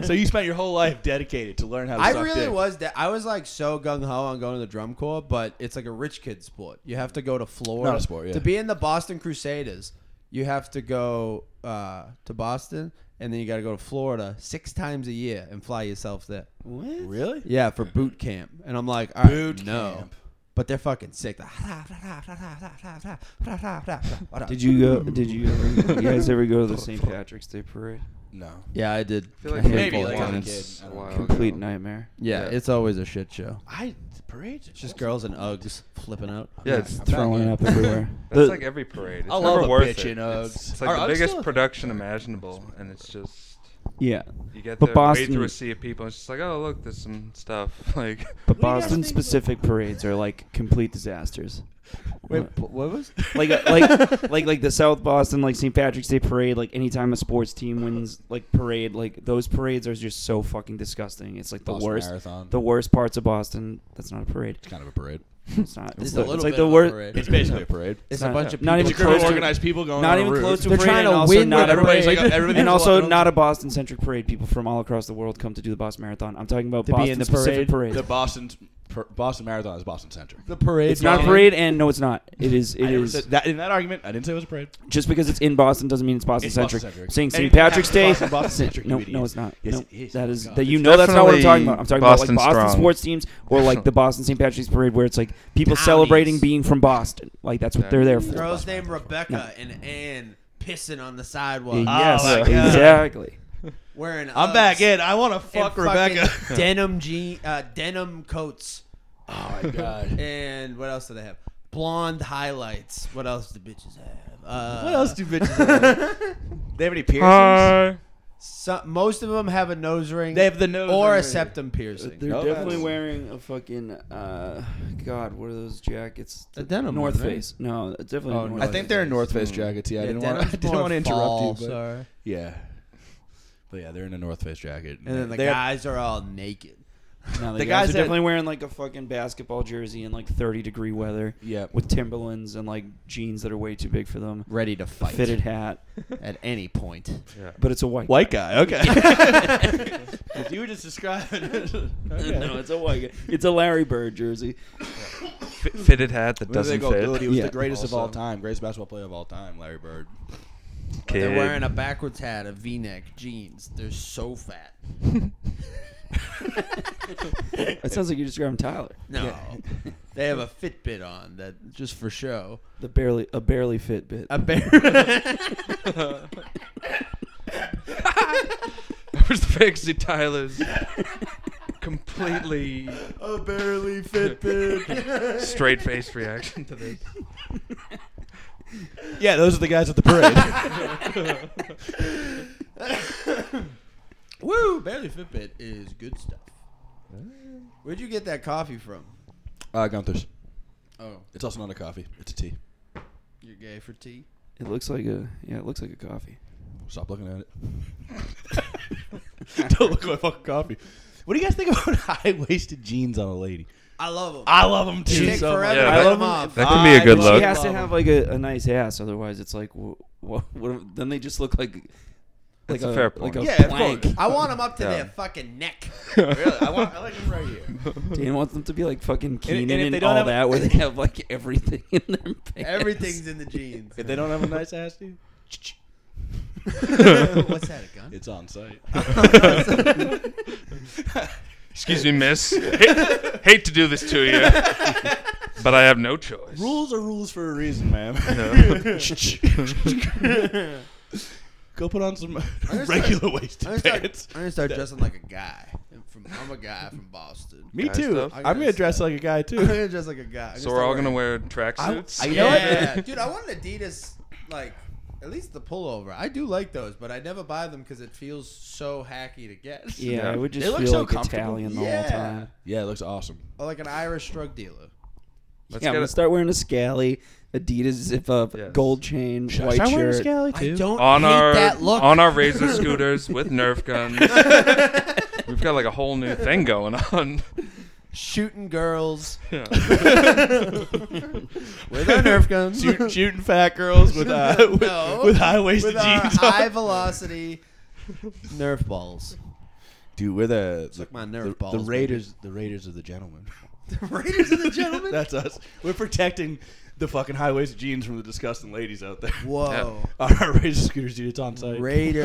S3: So you spent your whole life dedicated to learn how to
S1: I
S3: suck
S1: really
S3: dick.
S1: was. De- I was like so gung ho on going to the drum corps, but it's like a rich kid sport. You have to go to Florida.
S3: Not a sport, yeah.
S1: To be in the Boston Crusaders, you have to go uh, to Boston, and then you got to go to Florida six times a year and fly yourself there.
S4: what?
S3: Really?
S1: Yeah, for boot camp. And I'm like, all right,
S3: Boot
S1: no.
S3: camp.
S1: But they're fucking sick.
S4: Did you go? Did you? Ever, you guys ever go to the St. Patrick's Day parade?
S3: No.
S1: Yeah, I did.
S2: I feel like
S1: a
S3: maybe,
S1: handful of
S3: like, as a
S1: times.
S2: once
S3: kid, I
S2: a
S3: don't
S2: while
S3: know.
S4: Complete
S2: ago.
S4: nightmare.
S1: Yeah,
S2: Yeah.
S1: it's always a shit show.
S3: I the parades. are
S1: Just
S3: awesome.
S1: girls in Uggs flipping out.
S2: Yeah, it's,
S3: I'm not
S4: Throwing
S3: gay.
S4: up everywhere.
S2: that's
S4: The-
S2: like every parade. It's
S3: I love
S2: never
S3: a
S2: worth
S3: bitch
S2: it.
S3: in Uggs.
S2: It's, it's
S3: Are
S2: like the
S3: Uggs still
S2: biggest
S3: a-
S2: production imaginable, and it's just
S4: yeah,
S2: you get
S4: But
S2: there wade
S4: Boston-
S2: through a sea of people. And it's just like, oh look, there's some stuff. Like,
S4: but
S3: do you guys
S4: Boston
S3: think-
S4: specific parades are like complete disasters.
S1: Wait, p- what was?
S4: like uh, like like like the South Boston like St. Patrick's Day parade. Like anytime a sports team wins like parade, like those parades are just so fucking disgusting. It's like the
S3: Boston
S4: worst.
S3: Marathon.
S4: The worst parts of Boston. That's not a parade.
S3: It's kind of a parade.
S4: It's not. It's,
S1: a
S4: the-
S1: little
S4: it's like
S1: bit
S4: the
S1: of a
S4: worst.
S1: parade.
S3: It's basically a parade.
S1: It's
S4: not-
S1: a bunch of
S4: not
S1: people.
S4: even
S3: It's a group of
S4: close to-
S3: organized people going
S4: Not
S3: on
S4: even
S3: a route.
S4: close to a
S1: They're
S4: parade,
S1: trying
S4: and
S1: to
S4: also
S1: win
S4: not
S1: the
S4: everybody's
S1: parade.
S4: like
S3: everything's
S4: and
S3: a
S4: also
S3: lot-
S4: not a Boston centric parade. People from all across the world come to do the Boston Marathon. I'm talking about
S1: To be
S4: Boston
S1: in the
S4: specific parade.
S1: parade.
S3: The Boston per, Boston Marathon is Boston centric.
S1: The parade.
S4: It's not a
S1: line.
S4: parade, and no, it's not. It is.
S3: I
S4: It
S3: never
S4: is
S3: said that in that argument. I didn't say it was a parade.
S4: just because it's in Boston doesn't mean it's Boston
S3: It's
S4: centric.
S3: Boston-centric.
S4: Saying St.
S3: Anything that
S4: Patrick's
S3: happens
S4: Day.
S3: in Boston, Boston-centric,
S4: no,
S3: you idiots.
S4: no, it's not.
S3: Yes,
S4: no,
S3: it is.
S4: That is
S3: God.
S4: that you
S3: It's
S4: know that's not what I'm
S2: definitely
S4: talking about. I'm talking
S2: Boston
S4: about like Boston
S2: strong.
S4: sports teams or like the Boston St. Patrick's Parade, where it's like people
S1: Townies.
S4: celebrating being from Boston. Like that's what
S2: Yeah.
S4: they're there for.
S1: Girls named Rebecca and Anne pissing on the sidewalk. Oh,
S4: yes,
S3: Oh, my God.
S4: exactly.
S1: Wearing
S3: I'm back
S1: Uggs
S3: in. I want to
S1: and
S3: fuck
S1: fucking
S3: Rebecca.
S1: denim jean, uh, denim coats,
S3: oh my god.
S1: and what else do they have? Blonde highlights. What else do bitches have? Uh,
S3: What else do bitches have? they have any piercings?
S4: Uh,
S1: so- most of them have a nose ring.
S3: They have the nose
S1: or
S3: ring.
S1: a septum piercing.
S4: They're
S3: No,
S4: definitely
S3: "Oh, that's-
S4: wearing a fucking uh, God. What are those jackets?
S1: A denim
S4: North
S1: one, right?
S4: Face. No, it's definitely
S1: Oh,
S4: North
S3: I
S4: Face.
S3: think they're in North Face jackets. Yeah, I didn't want. I didn't want to interrupt you. But
S1: Sorry.
S3: Yeah. But yeah, they're in a North Face jacket.
S1: And then the
S3: They-
S1: guys are all naked.
S4: No, the,
S3: The
S4: guys,
S3: guys
S4: are
S3: that-
S4: definitely wearing like a fucking basketball jersey in like 30 degree weather
S3: Yeah.
S4: with Timberlands and like jeans that are way too big for them,
S1: Ready to
S4: a
S1: fight
S4: fitted hat,
S1: at any point.
S2: Yeah.
S4: but it's a white.
S3: White guy. Okay. if you were just describing. okay.
S4: no, it's a white. guy. It's a Larry Bird jersey.
S2: F- fitted hat that
S3: Where do they
S2: doesn't
S3: go? Dude, He
S2: fit.
S3: was
S4: Yeah.
S3: the greatest of
S2: Also.
S3: all time, greatest basketball player of all time, Larry Bird.
S2: Kid.
S1: They're wearing a backwards hat, a V-neck, jeans. They're so fat.
S4: That sounds like you're describing Tyler.
S1: No, they have a Fitbit on that just for show.
S4: The barely a barely fit bit.
S1: A bear.
S2: Where's the fantasy Tyler's completely
S1: a barely Fitbit.
S2: straight faced reaction to this?
S3: Yeah, those are the guys at the parade.
S1: Woo! Barely Fitbit is good stuff. Where'd you get that coffee from?
S3: uh, Gunther's.
S1: Oh,
S3: It's also not a coffee. It's a tea.
S1: you're gay for tea?
S4: It looks like a yeah. It looks like a coffee.
S3: Stop looking at it. Don't look at my fucking coffee. What do you guys think about high waisted jeans on a lady?
S1: I love them.
S3: I love them too.
S1: Take
S3: so much.
S1: forever. to
S2: Yeah, I
S1: cut
S2: love
S1: 'em
S4: 'em
S1: off.
S2: That could be a good
S4: I-
S2: look.
S4: She has to have like a, a nice ass, otherwise it's like wh- wh- what, then they just look like like
S2: That's a fair
S4: like
S2: point.
S4: a
S1: Yeah, of
S4: plank.
S1: course. I want them up to
S2: Yeah.
S1: their fucking neck.
S3: Really? I, want, I like them right here.
S4: Dan wants them to be like fucking
S3: and
S4: Keenan
S3: if
S4: and,
S3: they don't
S4: all
S3: have-
S4: that, where they have like everything in their pants.
S1: Everything's in the jeans.
S3: If they don't have a nice ass, dude,
S1: What's that, a gun?
S3: it's on site.
S2: Excuse me, miss. hate, hate to do this to you, but I have no choice.
S3: rules are rules for a reason, man.
S2: Yeah.
S3: Go put on some
S1: gonna start-
S3: regular waisted
S1: I'm gonna start,
S3: pants.
S1: I'm gonna start dressing like a guy. I'm, from, I'm a guy from Boston.
S3: Me
S2: Guy
S3: too.
S2: stuff.
S3: I'm gonna dress like a guy
S1: I'm
S3: too.
S1: gonna dress like a guy. I'm
S2: So we're all
S1: start
S2: gonna
S1: wearing-
S2: wear tracksuits.
S3: I-
S2: I,
S3: you know what?
S1: Yeah, dude, I want an Adidas like at least the pullover. I do like those, but I never buy them because it feels so hacky to get.
S4: Yeah,
S2: Yeah.
S4: I would just
S3: They look
S4: feel
S3: so
S4: like
S3: comfortable.
S4: Italian the
S1: Yeah.
S4: whole time.
S3: Yeah, it looks awesome.
S1: Or like an Irish drug dealer.
S2: Let's
S4: yeah, I'm
S2: get
S4: gonna
S2: it.
S4: start wearing a scally, Adidas zip up,
S2: Yes.
S4: gold chain,
S3: Should I
S4: white
S3: start wearing a
S4: shirt.
S3: scally,
S1: I
S3: too?
S1: don't
S2: on
S1: hate
S2: our
S1: that look.
S2: on our razor scooters with Nerf guns. We've got like a whole new thing going on.
S1: shooting girls
S2: Yeah.
S1: with our Nerf guns.
S3: Shoot, shooting fat girls with uh, with,
S1: No.
S3: with high waisted
S1: with our
S3: jeans. on.
S1: high velocity Nerf balls.
S3: Dude, we're the the,
S1: like my nerve
S3: the,
S1: balls,
S3: the
S1: baby.
S3: Raiders. The Raiders of the gentlemen.
S1: Raiders of the gentlemen.
S3: That's us. We're protecting the fucking high waisted jeans from the disgusting ladies out there.
S1: Whoa.
S3: Our Razor scooters, dude. It's on site.
S1: Raider.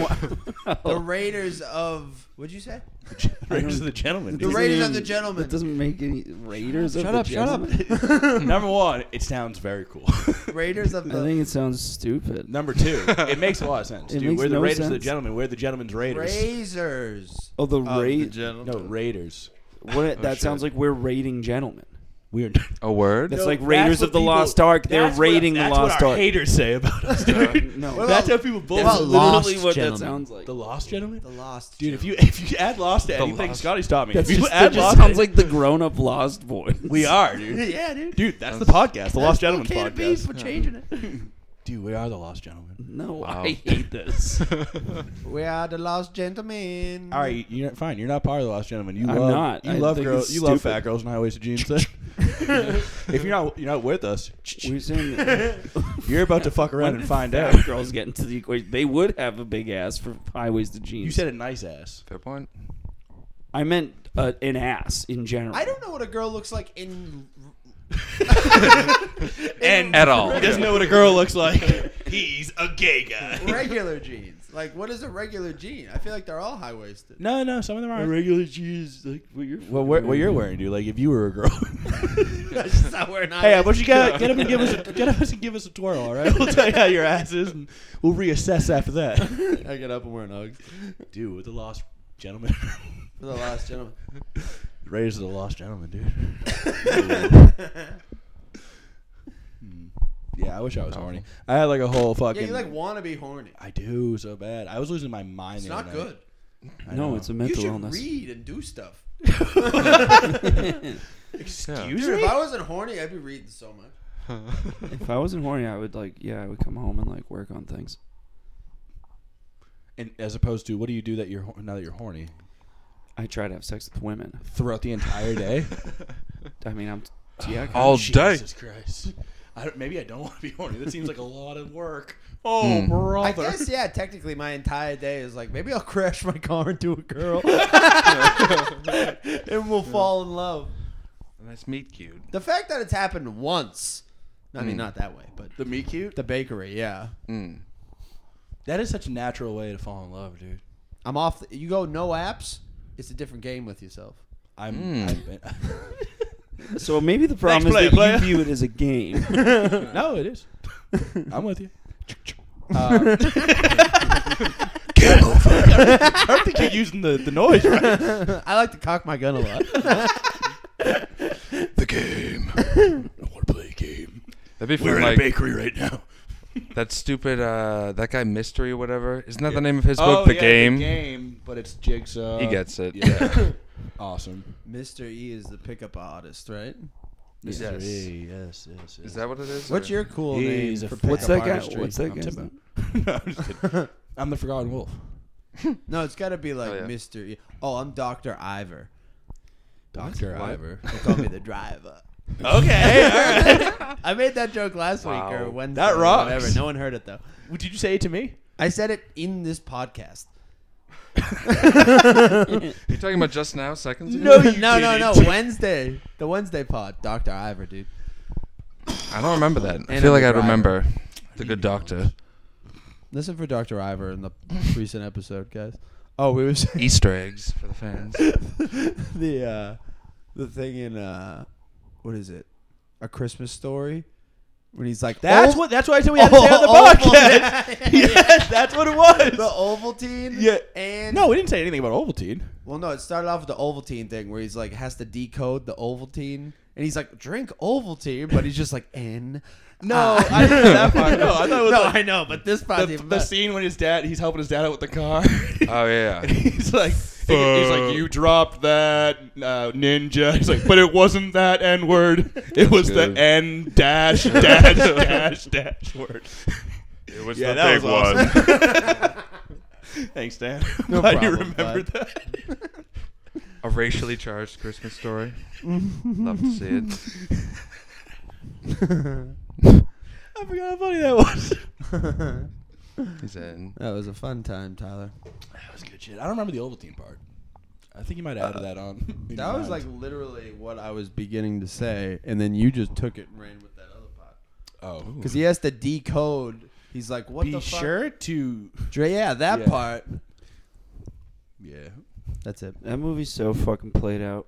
S1: the Raiders of what'd you say?
S3: Raiders of the gentlemen.
S1: The
S3: dude.
S4: Doesn't
S1: Raiders of
S4: even-
S1: the gentlemen.
S4: That doesn't make any Raiders
S1: Shut
S4: of
S1: up,
S4: the
S1: shut up.
S4: gentlemen?
S3: Number one, it sounds very cool.
S1: Raiders of
S4: I
S1: the
S4: think it sounds stupid.
S3: Number two, it makes a lot of sense,
S4: It
S3: dude.
S4: makes
S3: We're the
S4: no
S3: Raiders of the
S4: sense.
S3: gentlemen. We're the gentlemen's Raiders.
S1: Razors.
S4: Oh, the
S1: of the
S4: raid.
S1: gentlemen.
S3: no Raiders.
S4: What? that
S2: shit.
S4: sounds like we're raiding gentlemen.
S3: We're
S2: A word?
S4: That's
S3: No,
S4: like Raiders
S3: what
S4: of the
S3: people-
S4: Lost Ark. They're
S3: that's what-
S4: raiding the
S3: that's
S4: Lost
S3: what our
S4: Ark.
S3: Haters say about us, dude.
S4: No,
S1: What
S3: That's
S1: about-
S3: how people bull.
S1: what about
S4: that's
S1: Lost
S4: literally what
S1: Gentlemen?
S4: that sounds like.
S3: The Lost Gentlemen.
S1: The Lost.
S3: Dude, if
S1: Gentlemen.
S3: you if you add Lost to anything,
S2: Lost-
S3: Scotty, stop me.
S4: That's
S3: if you
S4: just, that
S3: add
S4: just
S3: Lost,
S4: sounds like the grown-up Lost voice.
S3: we are, dude.
S1: yeah, dude.
S3: Dude, that's the podcast, the Lost Gentlemen
S1: okay to be
S3: podcast.
S1: for changing it.
S3: Dude, we are the Lost Gentlemen.
S4: No,
S2: Wow.
S4: I hate this.
S1: We are the Lost Gentlemen.
S3: All right, you're fine. You're not part of the Lost Gentlemen. You
S4: I'm
S3: love,
S4: not.
S3: You
S4: I
S3: love
S4: think
S3: girls.
S4: it's
S3: You love
S4: stupid.
S3: fat girls and high waisted jeans. then. if you're not, you're not with us.
S4: We're saying that
S3: You're about to fuck around and find out.
S4: fat girls get into the equation. They would have a big ass for high waisted jeans.
S3: You said a nice ass.
S2: Fair point.
S4: I meant uh, an ass in general.
S1: I don't know what a girl looks like in.
S3: And
S2: At all.
S3: He doesn't know what a girl looks like. He's a gay guy.
S1: Regular jeans. Like, what is a regular jean? I feel like they're all high waisted.
S3: No, no, some of them
S4: A
S3: aren't.
S4: regular jeans like what you're.
S3: Well, what, what you're wearing, dude? Like if you were a girl.
S1: That's just not wearing
S3: hey, I wish you got get up and give us a, get up and give us a twirl. All right, we'll tell you how your ass is, and we'll reassess after that.
S1: I get up and wear an Uggs.
S3: Dude, with the lost gentleman.
S1: For the Lost Gentleman.
S3: Raiders of the Lost Gentleman, dude. yeah, I wish I was horny. I had like a whole fucking.
S1: Yeah, you like want to be horny.
S3: I do so bad. I was losing my mind.
S1: It's
S3: the
S1: not
S3: other night.
S1: good.
S3: I
S4: no,
S3: know.
S4: it's a
S1: You
S4: mental
S1: should
S4: illness.
S1: read and do stuff.
S2: Yeah.
S1: Dude, if I wasn't horny, I'd be reading so much.
S4: If I wasn't horny, I would like yeah, I would come home and like work on things.
S3: And as opposed to what do you do that you're hor- now that you're horny
S4: I try to have sex with women.
S3: throughout the entire day?
S4: I mean, I'm yeah. I
S2: All day.
S3: Jesus Christ! I don't, maybe I don't want to be horny. That seems like a lot of work. Oh,
S1: I
S3: brother!
S1: guess, yeah, technically my entire day is like, maybe I'll crash my car into a girl. and we'll fall in love.
S2: Let's meet cute.
S1: The fact that it's happened once. I mean, not that way, but
S3: The me cute.
S1: the bakery, yeah.
S2: Mm.
S3: That is such a natural way to fall in love, dude.
S1: I'm off. The, you go no apps, it's a different game with yourself.
S3: I'm.
S2: Mm.
S3: I've been,
S4: So maybe the problem
S3: Next
S4: is
S3: play,
S4: that
S3: player.
S4: you view it as a game.
S3: no, it is. I'm with you.
S4: Uh,
S3: I don't think you're using the, the noise right.
S1: I like to cock my gun a lot.
S3: The game. I want to play a game.
S2: That'd be
S3: We're
S2: fun.
S3: in a
S2: Like
S3: bakery right now.
S2: that stupid uh, that guy mystery or whatever. Isn't that
S3: Yeah.
S2: the name of his book? the, game?
S3: Oh, game, but it's Jigsaw.
S2: He gets it.
S3: Yeah. awesome.
S1: Mr. E is the pickup artist, right?
S2: Yes.
S3: Mr. E, yes, yes, yes.
S2: Is that what it is?
S1: What's
S2: or-
S1: your cool
S3: He's
S1: name?
S3: a
S1: For
S3: fucking-
S4: What's
S1: pickup
S4: that guy?
S1: artistry?
S4: What's that
S3: I'm
S4: guy's
S3: Timbo.
S4: name?
S3: no, I'm just kidding. I'm the Forgotten Wolf.
S1: No, it's got to be like
S2: Oh, yeah.
S1: Mister. E- Oh, I'm Doctor Ivor.
S3: Doctor
S2: What?
S3: Ivor.
S1: They call me the driver.
S3: okay,
S1: I made that joke last week or
S2: Wow.
S1: Wednesday.
S3: That
S1: or
S3: rocks.
S1: Whatever. No one heard it though.
S3: Did you say it to me?
S1: I said it in this podcast.
S2: You talking about just now, seconds ago?
S3: No, you
S1: no, no, no.
S3: didn't.
S1: Wednesday, the Wednesday pod, Doctor Ivor, dude.
S2: I don't remember that. I
S1: And
S2: feel like
S1: the
S2: I
S1: driver.
S2: remember the good doctor.
S1: Listen for Doctor Ivor in the recent episode, guys. Oh, we was
S2: Easter eggs for the fans.
S1: the uh, the thing in uh, what is it? A Christmas Story when he's like
S3: That's
S1: "Ov-
S3: what. That's why I said we had to say it on the
S1: Oval-
S3: podcast. yes, that's what it was.
S1: the Ovaltine.
S3: Yeah.
S1: and
S3: no, we didn't say anything about Ovaltine.
S1: Well, no, it started off with the Ovaltine thing where he's like has to decode the Ovaltine, and he's like drink Ovaltine, but he's just like N.
S3: No, I didn't know that part. No, I thought it was
S1: no,
S3: like
S1: I know, but this part's
S3: the,
S1: even
S3: the
S1: better.
S3: scene when his dad he's helping his dad out with the car.
S2: Oh yeah.
S3: And he's like, he's
S2: Uh,
S3: like, you dropped that uh, ninja. He's like, but it wasn't that N word. It was
S2: good.
S3: the N dash dash dash dash word.
S2: It was
S3: Yeah,
S2: the
S3: that
S2: big
S3: was awesome.
S2: one.
S3: Thanks, Dan.
S1: No
S3: Glad you
S1: problem,
S3: remembered that.
S2: A racially charged Christmas story. Love to see it.
S3: I forgot how funny that was.
S2: He's in.
S1: That was a fun time, Tyler.
S3: That was good shit. I don't remember the Ovaltine part. I think you might have added Uh, that on. in
S1: That
S3: your
S1: was like
S3: mind.
S1: literally what I was beginning to say, and then you just took it and ran with that other part.
S3: oh,
S1: Because he has to decode. He's like, what
S3: be
S1: the fuck?
S3: sure to.
S1: Dre, yeah, that
S3: Yeah.
S1: part.
S3: Yeah.
S1: That's it.
S4: That movie's so fucking played out.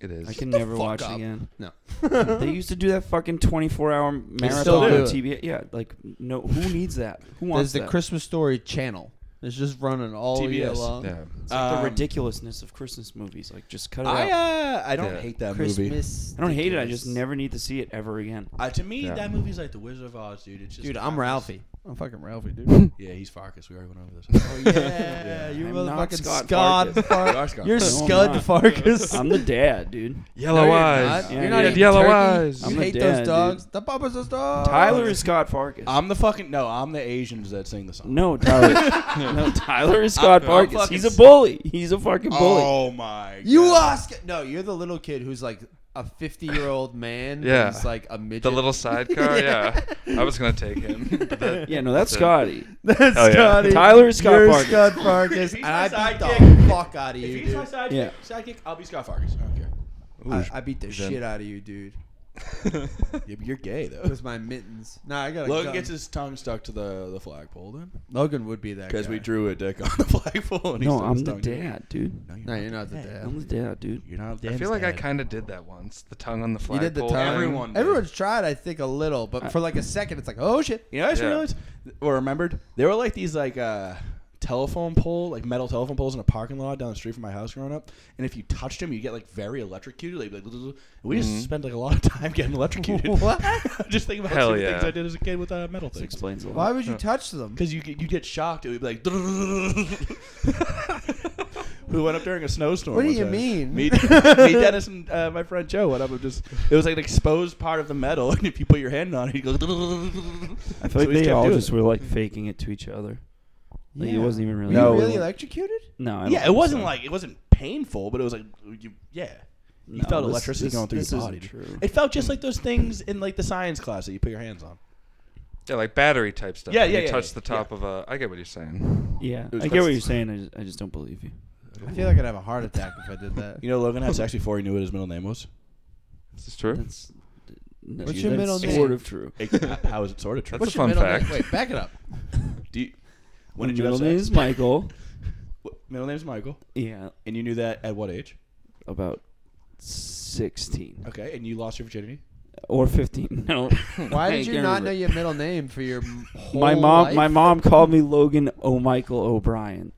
S2: It is.
S4: I can never
S1: fuck
S4: watch it
S1: up.
S4: again.
S1: No.
S4: They used to do that fucking 24 hour
S1: still
S4: marathon
S1: do
S4: on
S1: it.
S4: TV. Yeah, like no, who needs that? Who
S1: There's
S4: wants
S1: the
S4: that?
S1: Christmas Story channel. It's just running all year
S3: TBS.
S1: long.
S2: yeah.
S4: It's like
S3: Um,
S4: the ridiculousness of Christmas movies. Like just cut it
S3: I
S4: out.
S3: uh, I don't
S2: Yeah.
S3: hate that movie.
S1: Christmas.
S4: I don't hate it. I just
S1: ridiculous.
S4: never need to see it ever again.
S3: Uh, to me,
S2: Yeah.
S3: that movie's like The Wizard of Oz, dude. It's just
S1: Dude, I'm
S3: Farkas.
S1: Ralphie. I'm fucking Ralphie, dude.
S3: Yeah, he's Farkas. We already went over this.
S1: oh, yeah. You
S4: I'm not
S1: motherfucking
S4: Scott
S1: Scott
S4: Farkas.
S1: Farkas.
S3: You are Scott Farkas.
S1: You're Scud
S4: No, I'm not.
S1: Farkas.
S4: I'm the dad, dude.
S2: Yellow
S1: No, you're
S2: eyes.
S1: not.
S4: Yeah,
S1: You're not
S4: yeah.
S1: eating
S2: Yellow
S1: turkey.
S2: eyes.
S1: You
S4: I'm a
S1: hate
S4: dad,
S1: those
S4: dude.
S1: dogs. The Papa's those
S3: Uh,
S1: dogs.
S4: Tyler is Scott Farkas.
S3: I'm the fucking no. I'm the Asians that sing the song.
S4: no, Tyler. no, Tyler is Scott
S3: Uh, I'm
S4: Farkas.
S3: fucking
S4: He's a
S3: s-
S4: bully. He's a fucking bully.
S3: Oh my.
S1: You
S3: God.
S1: are Sc- no. You're the little kid who's like a 50 year old man. but
S2: Yeah.
S1: he's like a midget.
S2: The little sidecar. yeah. I was gonna take him. but that-
S4: Yeah, no, that's
S2: it.
S4: Scotty.
S1: That's
S2: yeah.
S1: Scotty.
S4: Oh, Tyler is Scott
S1: You're
S4: Farkas.
S1: Scott Farkas,
S3: He's
S1: and
S3: my
S1: I beat the
S3: sidekick.
S1: fuck out of you,
S3: If he's my
S1: dude.
S3: sidekick,
S4: Yeah.
S3: sidekick, I'll be Scott Farkas. I don't care.
S1: I, I beat the
S2: He's in.
S1: shit out of you, dude,
S3: Yeah, but You're gay though.
S1: with my mittens. Nah, I got a
S3: Logan
S1: gun.
S3: gets his tongue stuck to the the flagpole then,
S1: Logan would be that
S3: because
S1: guy.
S3: we drew a dick on the flagpole. And he
S4: No,
S3: stuck
S4: I'm
S3: his
S4: the
S3: tongue to it.
S4: dad, dude.
S3: No, you're
S1: No,
S3: not.
S1: you're not the dad.
S4: I'm the dad, dude.
S3: You're not.
S2: I feel like I
S3: Dan's dad.
S2: kind of did that once. The tongue on the
S1: You
S2: flagpole.
S1: did the time.
S3: Everyone did.
S1: Everyone's tried, I think, a little, but for like a second, it's like, oh shit.
S3: You know, what I just
S2: Yeah.
S3: realized or remembered there were like these like uh, telephone pole, like metal telephone poles in a parking lot down the street from my house growing up. And if you touched them, you get like very electrocuted. Like, like, we just spent like a lot of time getting electrocuted.
S1: Mm-hmm. What?
S3: just think about
S2: Hell
S3: some of the
S2: yeah.
S3: things I did as a kid with uh, metal
S4: This
S3: things.
S4: explains a lot.
S1: Why would you touch them?
S3: Because you get- you get shocked, it would be like. we went up during a snowstorm.
S1: What do
S3: one
S1: you
S3: time.
S1: mean?
S3: Me, me, Dennis, and uh, my friend Joe went up and just it was like an exposed part of the metal, and if you put your hand on it, it goes.
S4: I feel like they all just were like faking it to each other. Like it wasn't even
S1: Were
S4: really.
S1: you
S3: No,
S1: really
S3: it-
S1: electrocuted?
S4: no, I don't
S3: Yeah, it
S4: think
S3: wasn't
S4: so.
S3: like it wasn't painful, but it was like you, yeah, you
S4: No,
S3: felt
S4: this-
S3: electricity
S4: this-
S3: going through
S4: this
S3: your
S4: isn't
S3: body.
S4: true.
S3: It felt just like those things in like the science class that you put your hands on.
S2: Yeah, like battery type stuff.
S3: Yeah,
S2: when
S3: yeah,
S2: You
S3: yeah,
S2: touch
S3: yeah,
S2: the top of a. I get what you're saying.
S4: Yeah,
S3: was
S4: I get what
S3: just-
S4: you're saying. I just, I just don't believe you.
S1: I feel like I'd have a heart attack if I did that.
S3: You know, Logan had sex before he knew what his middle name was.
S2: Is this true?
S4: That's no,
S1: What's
S4: dude,
S1: your
S4: that's
S1: middle
S4: Sort
S1: name?
S4: of true.
S3: It- How is it sort of true?
S2: That's a
S1: your
S2: fun
S1: middle name?
S2: fact.
S1: Wait, back it up.
S3: Do you, when
S4: My
S3: did you have
S4: middle
S3: sex?
S4: name is Michael.
S3: What- middle name's Michael,
S4: yeah,
S3: and you knew that at what age?
S4: about sixteen
S3: Okay, and you lost your virginity.
S4: or fifteen. No,
S1: Why
S4: I
S1: did you
S4: can't
S1: not
S4: remember.
S1: know your middle name for your m- whole
S4: My mom,
S1: life?
S4: my mom called me Logan O'Michael O'Brien,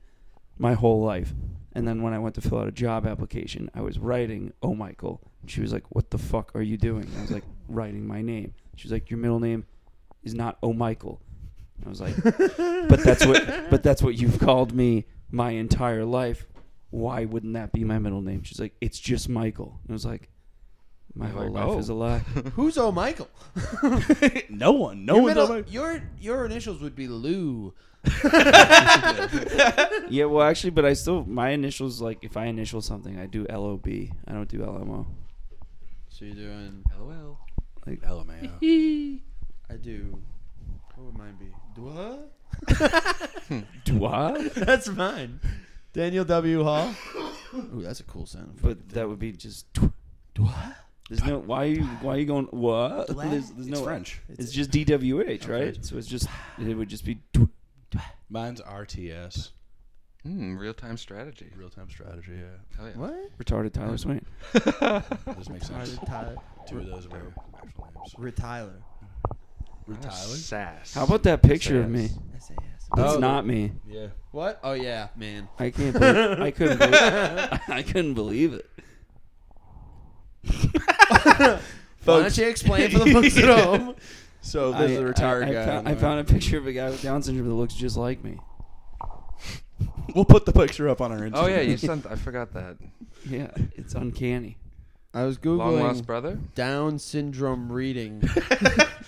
S4: my whole life. And then when I went to fill out a job application, I was writing O'Michael. She was like, "What the fuck are you doing?" I was like, "Writing my name." She was like, "Your middle name is not O'Michael." I was like, "But that's what, but that's what you've called me my entire life. Why wouldn't that be my middle name?" She's like, "It's just Michael." And I was like, My
S2: Like,
S4: whole life
S2: oh.
S4: is a lie.
S1: Who's O Michael?
S3: no one. No
S1: your,
S3: one's
S1: middle-
S3: ever-
S1: your your initials would be Lou.
S4: yeah, well, actually, but I still my initials like if I initial something, I do L O B. I don't do LMO.
S1: So you're doing.
S3: LOL.
S4: Like-
S3: LMAO.
S1: I do. What would mine be? Dua?
S4: Do I?
S1: That's mine. Daniel W. Hall. Ooh, that's a cool sound.
S4: But that would be just. Tw-
S1: Dua?
S4: there's no why are you why are you going what?
S3: What?
S4: There's, there's
S3: It's
S4: no
S3: French.
S4: It's just DWH, right? So it's just it would just be. Tw-
S3: Mine's RTS.
S2: Hmm, real time strategy.
S3: Real time strategy. Yeah.
S2: Hell yeah.
S1: What?
S4: retarded Tyler Swain.
S3: That does make sense.
S1: Tyler.
S3: Two of those are actual names.
S1: Tyler.
S2: Ah, Sass.
S4: How about that picture of me?
S1: SAS.
S4: It's
S3: Oh,
S4: not me.
S3: Yeah.
S1: What? Oh yeah, man.
S4: I can't. Believe, I couldn't. Believe, I couldn't believe it.
S1: Why don't you explain for the folks at home?
S3: So
S4: I-
S3: this is a retired
S4: I, I
S3: guy.
S4: Found, I found a picture of a guy with Down syndrome that looks just like me.
S3: We'll put the picture up on our Instagram.
S2: Oh yeah, you sent. I forgot that.
S4: Yeah, it's uncanny.
S1: I was
S2: Long lost
S1: googling
S2: brother.
S1: Down syndrome reading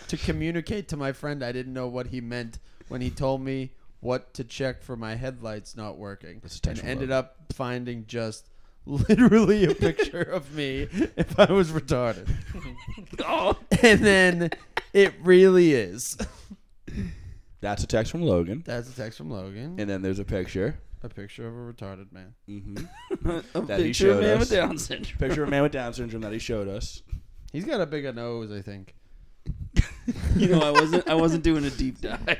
S1: to communicate to my friend I didn't know what he meant when he told me what to check for my headlights not working,
S3: That's
S1: and
S3: attention
S1: ended up finding just literally a picture of me if I was retarded.
S3: Oh.
S1: and then it really is.
S3: That's a text from Logan.
S1: That's a text from Logan.
S3: And then there's a picture.
S1: A picture of a retarded man.
S3: Mm-hmm.
S4: a
S3: That he
S4: picture of
S3: showed
S4: a man
S3: us.
S4: with Down syndrome.
S3: Picture of a man with Down syndrome that he showed us.
S1: He's got a bigger nose, I think.
S4: you know, I wasn't. I wasn't doing a deep dive.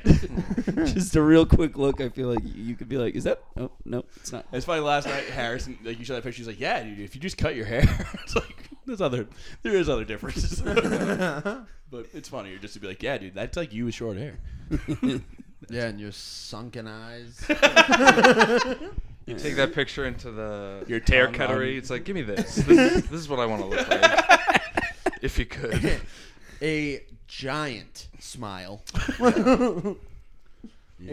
S4: just a real quick look. I feel like you could be like, "Is that? Oh no, it's not."
S3: It's funny. Last night, Harrison, like you showed that picture. He's like, "Yeah, dude. If you just cut your hair, it's like there's other, there is other differences." but it's funnier just to be like, "Yeah, dude. That's like you with short hair."
S1: Yeah, and your sunken eyes.
S2: You take that picture into the
S3: Your
S2: hair
S3: timeline.
S2: cuttery. It's like, give me this. This, is- this is what I want to look like. if you could.
S1: a giant smile. a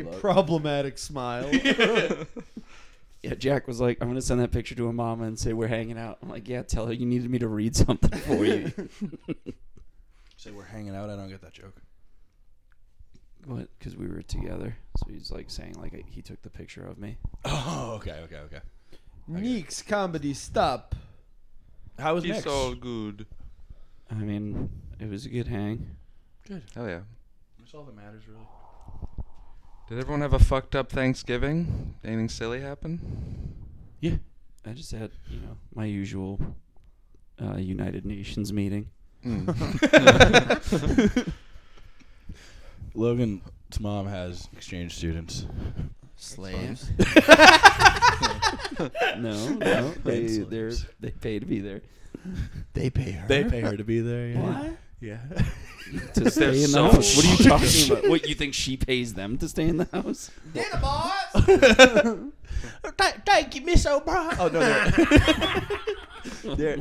S3: love-
S1: problematic smile.
S4: Yeah, Jack was like, "I'm gonna send that picture to her mama and say we're hanging out." I'm like, "Yeah, tell her you needed me to read something for you."
S3: Say we're hanging out. I don't get that joke.
S4: what? Because we were together. So he's like saying, like uh, he took the picture of me.
S3: Oh, okay, okay, okay.
S1: Neek's comedy stop.
S3: How was
S2: It's all good.
S4: I mean, it was a good hang.
S2: Hell yeah.
S3: That's all that matters, really.
S2: Did everyone have a fucked up Thanksgiving? Anything silly happen?
S3: Yeah.
S4: I just had, you know, my usual uh, United Nations meeting.
S2: Mm.
S3: Logan's mom has exchange students.
S1: Slaves.
S4: No, no, they
S3: Excellent.
S4: they're, they pay to be there
S1: They pay her.
S3: They pay her to be there. Yeah.
S4: Why?
S3: Yeah.
S4: to stay in the
S2: so
S4: house. What are you talking about? What you think she pays them to stay in the house?
S3: Thank- Thank you, Miss O'Brien. Oh no, they're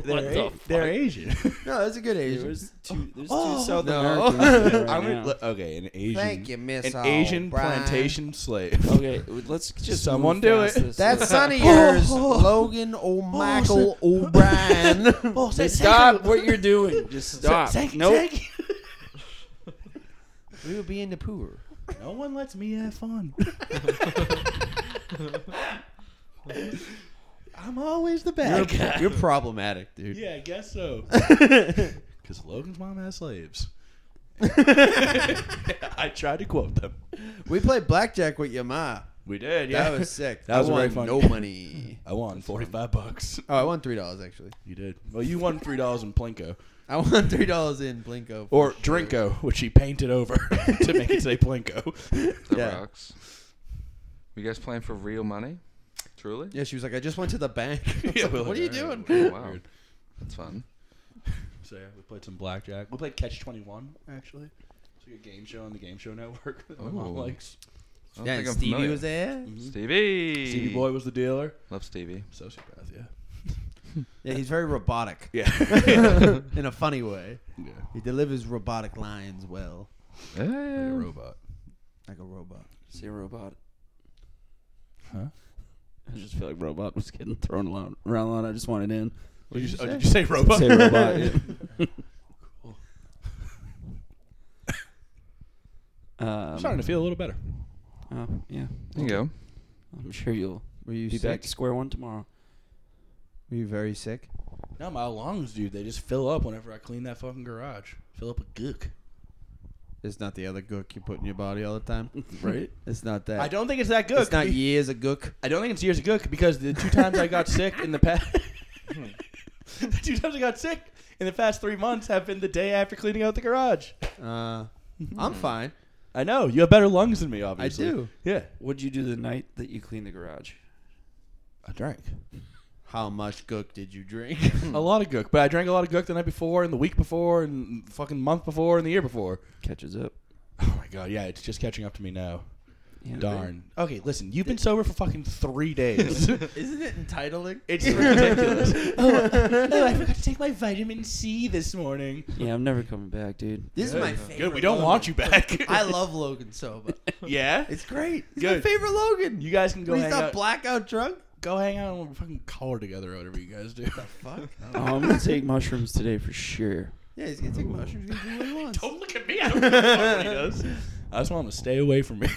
S3: they're
S4: What
S3: they're,
S4: the
S3: A- they're Asian.
S1: No, that's a good Asian.
S4: There's two. There's
S3: Oh,
S4: two South
S1: no.
S4: Americans. there right
S3: I'm gonna,
S4: now.
S3: li- okay, an Asian.
S1: Thank you, Miss
S3: An Asian
S1: O'Brien.
S3: plantation slave.
S4: Okay, w- let's just
S3: Someone
S4: move
S3: do
S4: past
S3: it.
S4: This.
S1: That son of yours, Logan O'Michael O'Brien.
S3: say- say-
S4: Stop what you're doing. Just stop.
S3: Thank-
S4: nope.
S3: thank you.
S1: we will be in the poor.
S3: No one lets me have fun. I'm always the
S1: You're,
S3: bad guy.
S1: you're problematic, dude.
S3: Yeah, I guess so. Because Logan's mom has slaves. I tried to quote them.
S1: We played blackjack with your ma.
S3: We did.
S1: That was sick.
S3: That was a
S1: I won
S3: very fun-
S1: no money.
S3: I won forty five bucks.
S1: Oh, I won three dollars actually.
S3: You did. Well, you won three dollars in Plinko
S1: I won three dollars in Blinko. for
S3: or
S1: sure.
S3: Drinko, which he painted over to make it say Plinko.
S2: That
S1: Yeah.
S2: rocks. You guys playing for real money? Truly?
S1: Yeah, she was like, I just went to the bank.
S3: Yeah, we're
S1: what
S3: like,
S1: are you
S3: all
S1: doing?
S3: right,
S2: Oh,
S3: weird,
S2: wow.
S3: weird.
S2: That's fun.
S3: So yeah, we played some blackjack. We played Catch Twenty One actually. It's like a game show on the Game Show Network that my mom
S2: Ooh.
S3: likes.
S2: I don't
S1: Yeah,
S2: think
S1: and
S2: I'm
S1: Stevie
S2: familiar.
S1: was there.
S2: Stevie.
S3: Stevie Boy was the dealer.
S2: Love Stevie.
S3: Sociopath, yeah.
S1: Yeah, he's very robotic
S3: Yeah.
S1: in a funny way.
S3: yeah.
S1: He delivers robotic lines well,
S3: Like a
S2: Yeah.
S3: robot.
S1: like a robot.
S4: Say robot.
S3: Huh?
S4: I just feel like robot was getting thrown around. around a lot. I just wanted in.
S3: Did you, oh, did you say robot?
S4: Say robot. yeah. Um,
S3: I'm starting to feel a little better.
S4: Um, oh, yeah,
S2: There you go.
S4: I'm sure you'll
S1: Were you
S4: be back
S1: sick?
S4: to square one tomorrow.
S1: Were you very sick?
S3: No, my lungs, dude, they just fill up whenever I clean that fucking garage. Fill up with gook.
S1: It's not the other gook you put in your body all the time.
S4: Right?
S1: It's not that.
S3: I don't think it's that gook.
S1: It's not
S3: be-
S1: years of gook.
S3: I don't think it's years of gook because the two times I got sick in the past, the two times I got sick in the past three months have been the day after cleaning out the garage.
S1: Uh, I'm fine.
S3: I know you have better lungs than me,
S1: I
S3: obviously.
S1: do.
S3: Yeah,
S4: What'd you do the night that you cleaned the garage?
S3: I drank
S1: How much gook did you drink?
S3: a lot of gook, but I drank a lot of gook the night before, and the week before, and the fucking month before, and the year before.
S4: Catches up.
S3: Oh my god, yeah, it's just catching up to me now.
S4: Yeah.
S3: Darn. Okay, listen, you've been sober for fucking three days.
S1: Isn't it entitling?
S3: It's ridiculous. oh, oh, I forgot to take my vitamin C this morning.
S4: Yeah, I'm never coming back, dude.
S1: This is my
S2: Good.
S1: favorite.
S3: Good, we don't want you back.
S1: I love Logan sober.
S3: yeah?
S1: It's great. He's my
S3: Good.
S1: favorite Logan.
S3: You guys can go
S1: When
S3: hang
S1: he's not
S3: out.
S1: blackout drunk.
S3: go hang out and we'll fucking collar together or whatever you guys do.
S1: Fuck.
S4: Oh, I'm gonna take mushrooms today for sure.
S1: Yeah, he's gonna take mushrooms. He's gonna do what he wants.
S3: don't look at me. I don't give a fuck what he does. I just want him to stay away from me.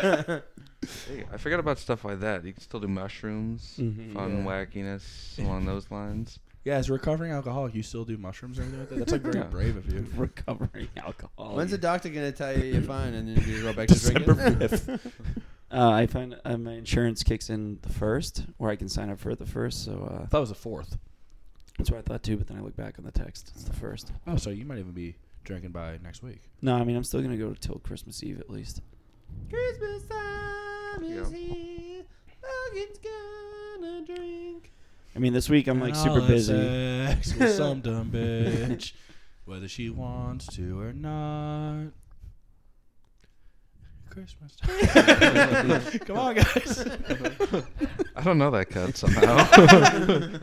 S2: Hey, I forgot about stuff like that. You can still do mushrooms,
S4: Mhm.
S2: fun
S3: Yeah.
S2: wackiness along those lines.
S3: yeah, as a recovering alcoholic, you still do mushrooms or anything like that? That's like very
S2: Yeah.
S3: brave of you.
S4: Recovering alcohol.
S1: When's the doctor gonna tell you you're fine and then you go back to
S3: December
S1: drinking?
S3: 5th.
S4: Uh, I find uh, my insurance kicks in the first, or I can sign up for it the first. So
S3: I
S4: uh,
S3: thought it was the 4th.
S4: that's what I thought too. But then I look back on the text. It's the first.
S3: Oh, so you might even be drinking by next week.
S4: No, I mean I'm still gonna go till Christmas Eve at least.
S1: Christmas time
S2: Yeah.
S1: is here. Logan's gonna drink.
S4: I mean this week I'm like
S3: And
S1: Oh,
S4: super
S3: I'll have
S4: busy.
S3: sex with some dumb bitch, whether she wants to or not. Christmas time. Come on, guys.
S2: I don't know that cut somehow.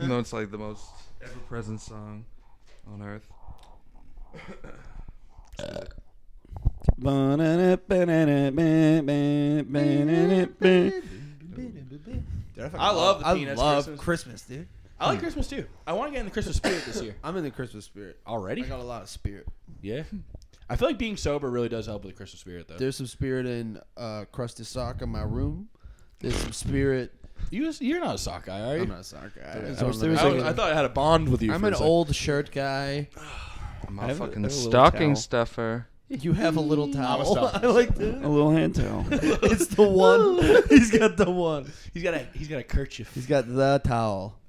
S2: no, it's like the most ever-present song on earth.
S3: I love the
S1: I
S3: Peanuts
S1: love
S3: Christmas.
S1: Christmas. dude.
S3: I like Christmas too. I want to get in the Christmas spirit this year.
S1: I'm in the Christmas spirit. I
S3: Already?
S1: got a lot of spirit.
S3: Yeah. I feel like being sober really does help with the Christmas spirit, though.
S1: There's some spirit in uh, crusty sock in my room. There's some spirit.
S3: You, you're not a sock guy, are you?
S1: I'm not a sock guy. I,
S4: I wish
S1: don't
S4: there
S1: know.
S4: was
S3: I,
S4: like
S3: was-
S4: a-
S3: I thought I had a bond with you.
S1: I'm
S3: for a
S1: an
S3: sec.
S1: old shirt guy.
S2: I'm
S4: I
S2: a
S4: have a- I
S2: fucking
S4: have a little
S2: stocking
S4: towel.
S2: stuffer.
S1: You have a little
S3: I'm a
S1: towel.
S3: sock
S1: I like this.
S4: A little hand towel.
S1: It's the one. he's got the one.
S3: He's got a he's got a kerchief.
S1: He's got the towel.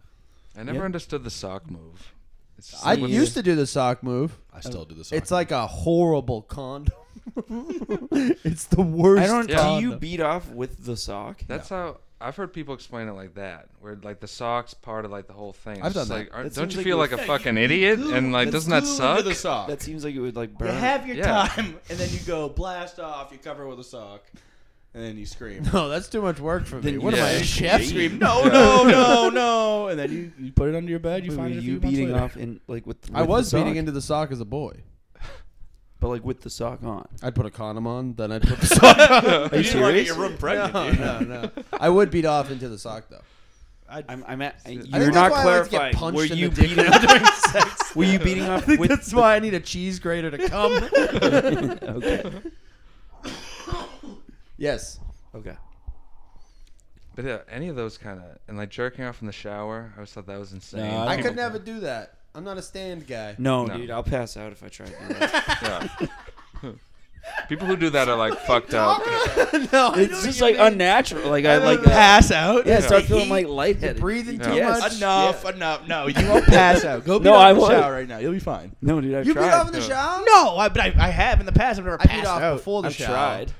S2: I never
S4: Yeah.
S2: understood the sock move. It's just
S1: I
S2: like-
S1: used to do the sock move.
S3: I still do the sock.
S1: It's like a horrible condom. it's the worst.
S4: I don't.
S1: Condom.
S4: Do you beat off with the sock?
S2: That's how I've heard people explain it like that, where like the socks part of like the whole thing.
S3: I've
S2: It's just
S3: done that.
S2: like, aren't-
S4: That
S2: don't
S4: seems
S2: you
S4: like
S2: feel
S4: you-
S2: like a
S3: Yeah, you
S2: fucking idiot?
S3: glue-
S2: And like,
S3: that's
S2: doesn't that
S3: glued to
S2: suck?
S3: The sock.
S4: That seems like it would like burn.
S3: You have your
S2: Yeah.
S3: time, and then you go blast off. You cover with a sock, and then you scream.
S1: No, that's too much work for me.
S4: Then
S1: What
S2: yeah.
S1: am I, a
S2: You
S1: chef?
S3: Scream! No,
S2: Yeah.
S3: no, no, no! And then you, you put it under your bed. You
S4: Wait,
S3: find
S4: were
S3: it. A
S4: you
S3: few months
S4: beating
S3: later.
S4: off in like with?
S1: I
S4: with
S1: was
S4: the
S1: beating
S4: sock?
S1: into the sock as a boy.
S4: but like with the sock on.
S1: I'd put a condom on, then I'd put the sock.
S3: Are you, didn't want to get your room pregnant.
S1: no,
S3: dude.
S1: no, no. I would beat off into the sock though.
S4: I'm, I'm at,
S1: I
S4: you're
S1: think that's why I like
S4: not
S1: to get
S4: clarifying.
S1: punched
S4: were
S1: in
S4: you
S1: the dick
S4: beating?
S1: when I'm doing sex.
S4: were you beating
S1: I
S4: off
S1: think
S4: with?
S1: that's why I need a cheese grater to come.
S4: okay.
S1: yes.
S4: Okay.
S2: But yeah, any of those kind of and like jerking off in the shower, I always thought that was insane.
S3: No, I
S1: I
S3: don't
S1: could never do that. I'm not a stand guy.
S4: No,
S2: No.
S4: dude, I'll pass out if I try to do that.
S2: Yeah. People who do that are like fucked up.
S1: no, I know
S4: it's just
S1: what
S4: like
S1: you mean.
S4: unnatural. Like I like
S3: pass out.
S4: Yeah, start
S1: The
S4: feeling
S1: heat,
S4: like
S1: You're
S4: lightheaded.
S1: breathing
S2: Yeah.
S1: too
S4: Yes.
S1: much.
S3: Enough, enough. No, you won't pass out. Go beat
S4: No,
S3: off
S4: I
S3: in the
S4: won't.
S3: shower right now. You'll be fine.
S4: No, dude, I've
S1: You beat
S4: tried.
S1: off in the
S2: Yeah.
S1: shower?
S3: No, I, but I, I have in the past. I've never
S1: I beat off before the
S4: I've
S1: shower.
S4: tried.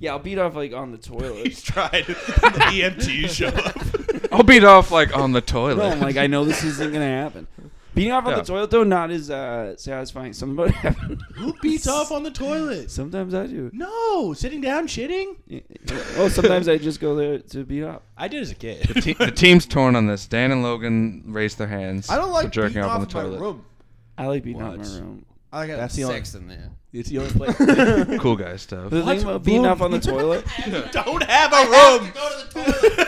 S4: Yeah, I'll beat off like on the toilet.
S3: tried. E the EMTs show up.
S2: I'll beat off like on the
S4: No,
S2: toilet.
S4: I'm like I know this isn't gonna happen. Beating off on
S2: Yeah.
S4: the toilet though not as uh, satisfying. Somebody happened.
S3: Who beats off on the toilet?
S4: Sometimes I do.
S3: No, sitting down, shitting.
S4: Oh, sometimes I just go there to beat up.
S3: I did as a kid.
S2: Te- the team's torn on this. Dan and Logan raised their hands.
S1: I don't
S2: for
S1: like
S2: jerking
S1: beating
S2: off
S1: off
S2: on the
S1: in my
S2: toilet.
S1: room.
S4: I like beating up in my
S3: What?
S4: room.
S1: I got
S3: That's the only-
S1: sex in there.
S3: It's the only place.
S2: Cool guy stuff.
S4: The
S3: What?
S4: thing about beating up on the toilet.
S3: Don't have a room.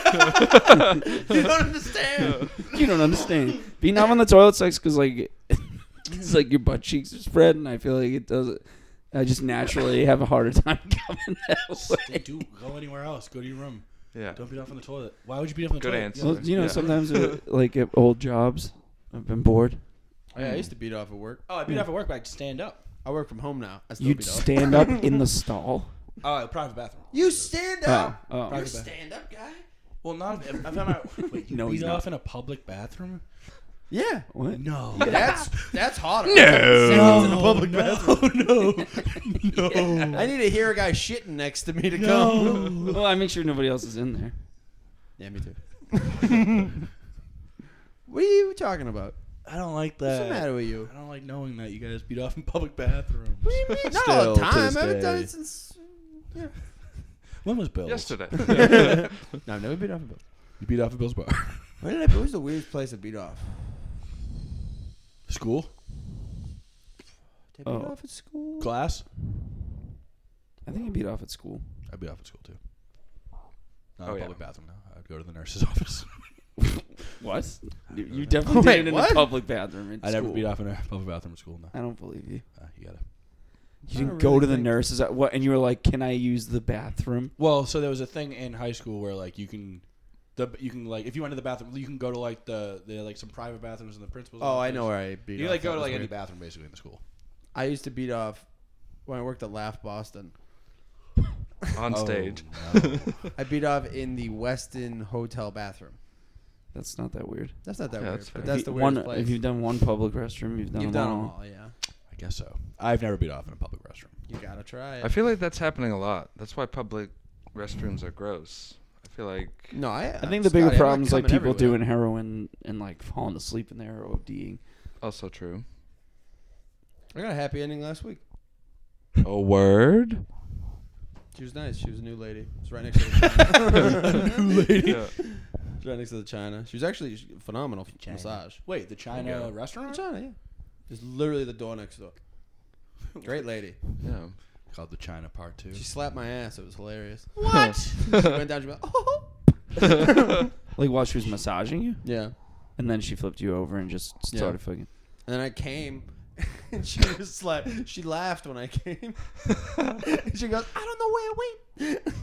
S1: You don't understand.
S4: You don't understand. Being off on the toilet's sex because like it's like your butt cheeks are spread, and I feel like it doesn't. I just naturally have a harder time coming that way.
S3: do go anywhere else. Go to your room.
S2: Yeah.
S3: Don't beat off on the toilet. Why would you beat off on the
S2: Good
S3: toilet?
S2: answer.
S4: Well, you know,
S2: Yeah.
S4: sometimes uh, like at old jobs, I've been bored.
S1: Oh, Yeah, I used to beat off at work.
S3: Oh, I beat off at work, but I'd stand up.
S1: I work from home now. I still
S4: You'd
S1: beat off.
S4: stand up in the stall.
S3: Oh, a private bathroom.
S1: you stand up.
S4: Oh,
S3: Private bathroom.
S1: Stand up, guy.
S3: Well, not. If I'm out. Wait, you
S4: No,
S3: beat
S4: he's
S3: off
S4: not.
S3: in a public bathroom?
S1: Yeah,
S4: what?
S3: No.
S1: that's that's hotter.
S2: No.
S1: in a public
S3: no,
S1: bathroom.
S3: No. no.
S1: I need to hear a guy shitting next to me to come.
S3: No.
S4: Well, I make sure nobody else is in there.
S1: Yeah, me too. what are you talking about?
S3: I don't like
S1: What's
S3: that.
S1: the matter with you?
S3: I don't like knowing that you guys beat off in public bathrooms.
S1: What do you mean? Not
S3: Still
S1: all the
S3: to
S1: time.
S3: this
S1: I haven't done
S3: day.
S1: it since.
S3: When was Bill?
S2: Yesterday.
S1: No, I've never beat off a bill.
S3: You beat off at Bill's bar.
S1: Where did I? What was the weirdest place I beat off?
S3: School?
S1: Did I beat
S4: Oh.
S1: off at school?
S3: Class?
S4: I think I beat off at school.
S3: I beat off at school too. Not
S2: Oh,
S3: a
S2: yeah.
S3: public bathroom now. I'd go to the nurse's office.
S4: What? You, you definitely
S1: Wait,
S4: did it in
S1: what?
S4: a public bathroom. in
S3: I never
S4: school.
S3: beat off in a public bathroom at school. No,
S4: I don't believe you.
S3: Uh, you gotta.
S4: You
S1: I
S4: didn't
S1: don't
S4: go
S1: really
S4: to the
S1: think-
S4: nurses. at- What? And you were like, "Can I use the bathroom?"
S3: Well, so there was a thing in high school where like you can, the you can like if you went to the bathroom, you can go to like the the like some private bathrooms in the principal's.
S1: Oh, I
S3: office.
S1: know where I beat
S3: You
S1: off.
S3: like
S1: That
S3: go to
S1: was
S3: like any
S1: weird.
S3: bathroom basically in the school.
S1: I used to beat off when I worked at Laugh Boston.
S2: On
S3: Oh.
S2: stage.
S1: I beat off in the Westin Hotel bathroom.
S4: That's not that weird.
S1: That's not that
S2: Yeah,
S1: weird,
S2: that's fair.
S1: but that's
S4: If
S1: the
S4: you- one,
S1: weirdest place.
S4: If you've done one public restroom, you've done,
S1: You've
S4: them,
S1: done them
S4: all.
S1: all, yeah.
S3: I guess so. I've never beat off in a public restroom.
S1: You gotta try it.
S2: I feel like that's happening a lot. That's why public restrooms are gross. I feel like
S1: no, I.
S4: I think the bigger problem is like people doing heroin and like falling asleep in there or ODing.
S2: also true.
S1: I got a happy ending last week.
S2: A word?
S1: She was nice. She was a new lady. It's right next to the China. new lady.
S2: Yeah.
S1: It's right next to the China. She was actually she- phenomenal f- massage.
S3: Wait, the China
S2: Yeah.
S1: The
S3: restaurant
S1: China, yeah. Just literally the door next door. Great lady.
S2: yeah.
S3: called the China Part Two.
S1: She slapped my ass. It was hilarious.
S2: What?
S1: She went down. She went, oh.
S4: Like while she was massaging you,
S1: Yeah. And
S4: and then she flipped you over and just
S1: Yeah.
S4: started fucking.
S1: then I came. And she was like, she laughed when I came. she goes, I don't know where it went.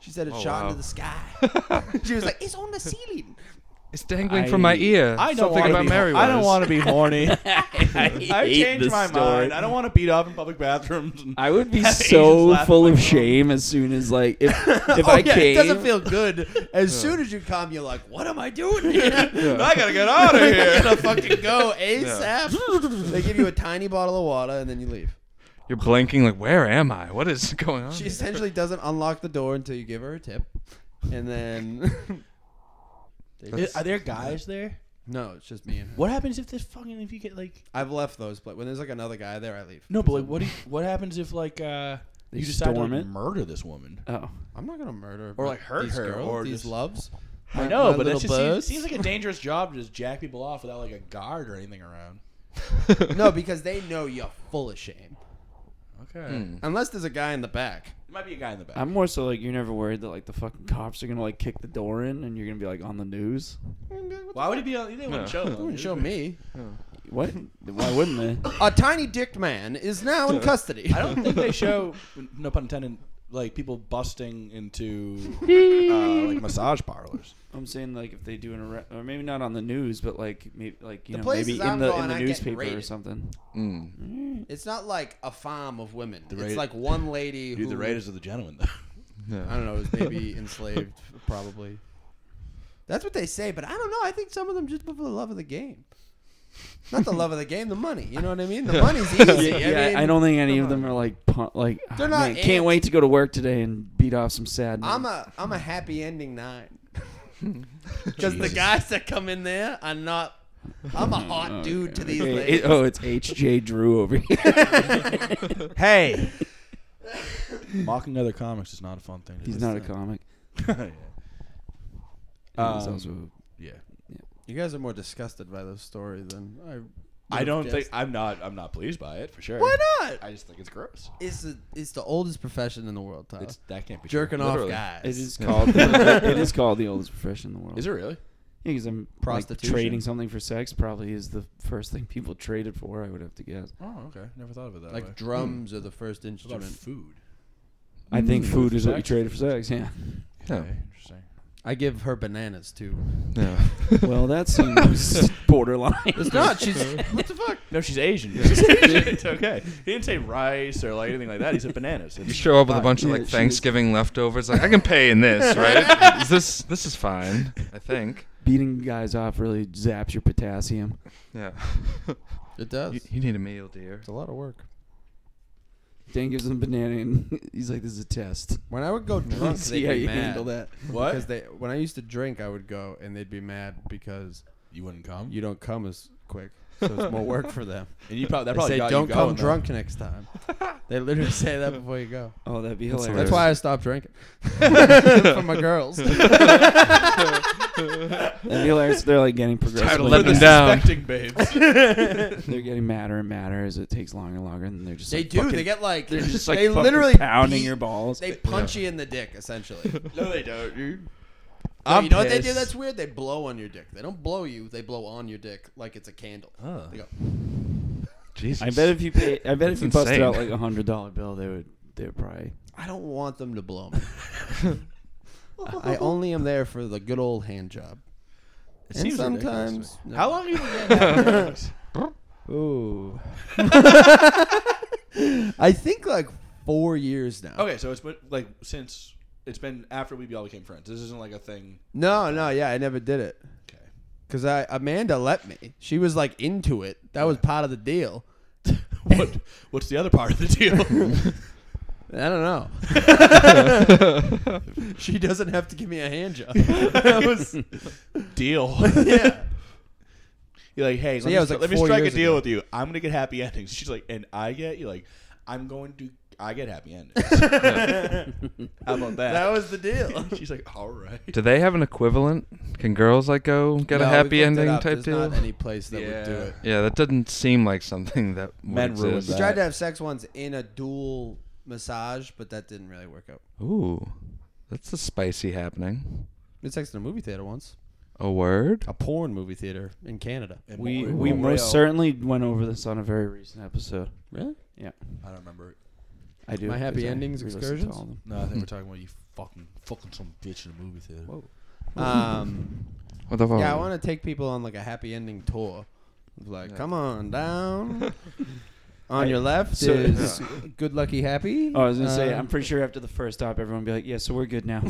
S1: She said it
S2: Oh,
S1: shot
S2: wow.
S1: into the sky. she was like, it's on the ceiling.
S2: It's dangling from my
S4: I-
S2: ear. Something about Mary
S3: I don't
S2: was.
S3: want to be horny.
S4: I,
S3: I've changed my mind. I don't want to beat off in public bathrooms.
S4: I would be
S3: Asians
S4: so
S3: laugh
S4: full
S3: like,
S4: of
S3: "Oh."
S4: shame as soon as like if if
S1: oh,
S4: I
S1: yeah,
S4: came.
S1: it doesn't feel good. As soon as you come, you're like, what am I doing here?
S2: I gotta get out of
S1: I
S2: here.
S1: gotta fucking go ASAP. they give you a tiny bottle of water and then you leave.
S2: You're blinking like, where am I? What is going on?
S1: She essentially doesn't unlock the door until you give her a tip, and then
S3: Are there guys there?
S1: no, it's just me and her.
S3: What happens if this fucking if you get like
S1: I've left those, but when there's like another guy there, I leave.
S3: No, but like, what do you, what happens if like uh,
S4: They
S3: you decide to
S4: storm
S3: like,
S4: it?
S3: murder this woman?
S4: Oh,
S1: I'm not gonna murder
S3: Or, like, hurt
S1: these
S3: her,
S1: girls,
S3: or
S1: these
S3: just-
S1: loves.
S3: I
S1: My-
S3: know,
S1: my
S3: but
S1: little
S3: that just seems,
S1: birds.
S3: seems like a dangerous job to just jack people off without like a guard or anything around.
S1: no, because they know you're full of shame.
S3: Okay,
S1: Unless there's a guy in the back.
S3: there might be a guy in the back.
S4: I'm more so like you're never worried that like the fucking cops are gonna like kick the door in and you're gonna be like on the news.
S3: Why would he be? on They wouldn't show.
S1: They wouldn't show me.
S4: What? Why wouldn't they?
S1: A tiny dicked man is now in custody.
S3: I don't think they show. No pun intended. Like people busting into uh, like massage parlors.
S4: I'm saying like if they do an arrest, or maybe not on the news, but like maybe like you
S1: The
S4: know maybe
S1: places
S4: in
S1: I'm
S4: the
S1: going,
S4: in the
S1: I get
S4: newspaper or
S1: raided.
S4: something.
S2: Mm.
S1: It's not like a farm of women.
S3: Raid-
S1: it's like one lady who
S3: Dude, the Raiders are the gentlemen though.
S1: I don't know, is maybe enslaved, probably. That's what they say, but I don't know. I think some of them just for the love of the game. Not the love of the game, the money. You know what I mean? The money's easy.
S4: Yeah, I,
S1: mean,
S4: don't think any of them are like pu- like.
S1: They're
S4: "Ah,
S1: not
S4: man, can't
S1: ants.
S4: wait to go to work today and beat off some sad.
S1: I'm
S4: men."
S1: a I'm a happy ending nine. Because the
S3: Jesus.
S1: guys that come in there are not. I'm a hot dude to these
S4: Hey,
S1: ladies.
S4: Oh, it- oh, it's HJ Drew over here.
S3: hey. Mocking other comics is not a fun thing. To
S4: He's
S3: do.
S4: not a comic.
S3: yeah.
S4: And he's
S3: Um,
S4: also-
S3: yeah.
S1: You guys are more disgusted by this story than I. would
S3: I
S1: have
S3: don't think
S1: guessed.
S3: I'm not. I'm not pleased by it for sure.
S1: Why not?
S3: I just think it's gross.
S1: It's the it's the oldest profession in the world, Tyler.
S3: It's, that can't be true.
S1: jerking off
S2: Literally.
S1: guys.
S4: it is called. it is called the oldest profession in the world.
S3: Is it really?
S4: Yeah, because I'm like,
S1: Prostitution.
S4: trading something for sex. Probably is the first thing people traded for. I would have to guess.
S3: Oh, okay. Never thought of it that way.
S1: Like drums are the first
S3: What about
S1: instrument.
S3: food.
S4: I think
S3: Mm.
S4: food is what you
S3: Sex.
S4: traded for Hmm. sex. Yeah.
S2: Yeah.
S3: Okay, interesting.
S1: I give her bananas too.
S2: No.
S4: Well, that seems borderline.
S1: It's not. She's what the fuck?
S3: No, she's Asian. it's okay. He didn't say rice or like anything like that. He said bananas.
S2: You show up with a bunch of
S4: Yeah,
S2: like
S4: she-
S2: Thanksgiving leftovers. Like I can pay in this, right? Is this this is fine, I think.
S4: Beating guys off really zaps your potassium.
S2: Yeah.
S1: It does.
S2: you, you need a meal, dear.
S1: It's a lot of work.
S4: Dan gives him a banana, and he's like, "This is a test."
S1: When I would go drunk,
S4: See
S1: they'd
S4: how
S1: be
S4: you
S1: mad.
S4: handle that.
S1: Because they, when I used to drink, I would go and they'd be mad because
S3: You wouldn't come.
S1: you don't come as quick, so it's more work for them.
S3: and you probably that
S1: They
S3: probably
S1: say
S3: got you
S1: don't come
S3: going, though.
S1: drunk next time. They literally say that before you go.
S4: Oh, that'd be
S2: That's
S4: hilarious.
S1: That's why I stopped drinking for my girls.
S4: That'd be hilarious. They're like getting
S2: Tired of
S4: progressively.
S2: letting them down.
S4: They're getting madder and madder as it takes longer and longer, and they're just
S1: They
S4: like,
S1: do.
S4: Fucking,
S1: they get like
S4: They're just like
S1: they
S4: fucking
S1: literally
S4: pounding
S1: beat-
S4: your balls.
S1: They punch you in the dick essentially.
S3: No, they don't, dude.
S1: No,
S4: I'm
S1: you know what they do?
S4: pissed.
S1: That's weird. They blow on your dick. They don't blow you. They blow on your dick like it's a candle.
S3: Oh.
S1: They go,
S2: Jesus.
S4: I bet if you pay, I bet if
S2: That's
S4: you busted
S2: insane.
S4: out like a hundred dollar bill, they would. They're probably.
S1: I don't want them to blow me. I only am there for the good old hand job.
S3: It
S1: And
S3: seems
S1: sometimes, no.
S3: How long have you been getting out of drugs?
S4: Ooh.
S1: I think like four years now.
S3: Okay, so it's been like since it's been after we all became friends. This isn't like a thing.
S1: No, no, yeah, I never did it
S3: Okay.
S1: because I Amanda let me. She was like into it. That was part of the deal.
S3: What what's the other part of the deal?
S1: I don't know. she doesn't have to give me a hand job. that was
S3: deal.
S1: yeah.
S3: You're like, hey, let,
S1: yeah,
S3: me,
S1: it was, like,
S3: let me
S1: four
S3: strike a
S1: years
S3: deal
S1: ago.
S3: with you. I'm gonna get happy endings. She's like, and I get you like, I'm going to I get happy endings. How about that?
S1: That was the deal.
S3: She's like, all right.
S2: Do they have an equivalent? Can girls like go get a
S1: No,
S2: happy
S1: we looked it
S2: ending
S1: up.
S2: type
S1: There's
S2: deal?
S1: Not any place that would do
S3: Yeah.
S1: it.
S2: yeah, that doesn't seem like something that would
S3: Men ruin
S2: exist.
S1: She
S3: that.
S1: tried to have sex once in a dual massage, but that didn't really work out.
S2: Ooh, that's a spicy happening.
S1: We had sex in a movie theater once,
S2: A word.
S1: a porn movie theater in Canada.
S3: And
S4: We
S3: Mor-
S4: we
S3: Mor-
S4: most
S3: Mor-
S4: certainly went over this on a very recent episode.
S1: Really?
S4: Yeah,
S3: I don't remember.
S4: I do.
S1: My happy
S4: 'cause I
S1: endings
S4: re-listened to
S1: excursions?
S4: all of them.
S3: No, I think we're talking about you fucking fucking some bitch in a movie theater.
S1: Um,
S2: What the fuck?
S1: yeah, I want to take people on like a happy ending tour. Of, Like, come on down. on your left
S4: So-
S1: is good, lucky, happy.
S4: Oh, I was gonna say,
S1: Um,
S4: I'm pretty sure after the first stop, everyone would be like, "Yeah, so we're good now."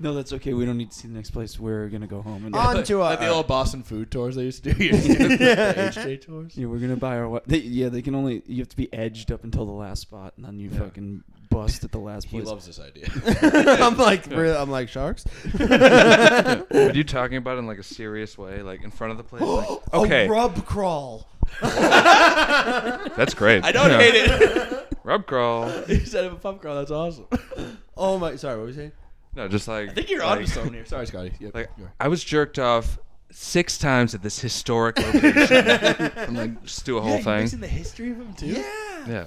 S4: no, that's okay. We don't need to see the next place. We're gonna go home. And
S1: On to
S3: like the
S1: our-
S3: old Boston food tours they used to do. You used to do the HJ tours.
S4: yeah, we're gonna buy our. wa- They, yeah, they can only. You have to be edged up until the last spot, and then you
S3: Yeah.
S4: fucking bust at the last
S3: He
S4: place.
S3: loves this idea.
S1: Um, I'm like, really, I'm like sharks.
S2: Are you talking about it in like a serious way, like in front of the place?
S3: Oh,
S2: Like, okay,
S1: A rub crawl.
S2: that's great.
S3: I don't hate it.
S2: Rub crawl.
S3: Instead of a pump girl, that's awesome.
S1: Oh my, sorry, what were you saying?
S2: No, just like.
S3: I think you're
S2: like,
S3: onto something here. Sorry, Scotty. Yep.
S2: Like
S3: you are.
S2: I was jerked off six times at this historic location. I'm like, just do a whole
S3: Yeah, you mixing
S2: thing.
S3: the history of him too.
S1: Yeah.
S2: Yeah.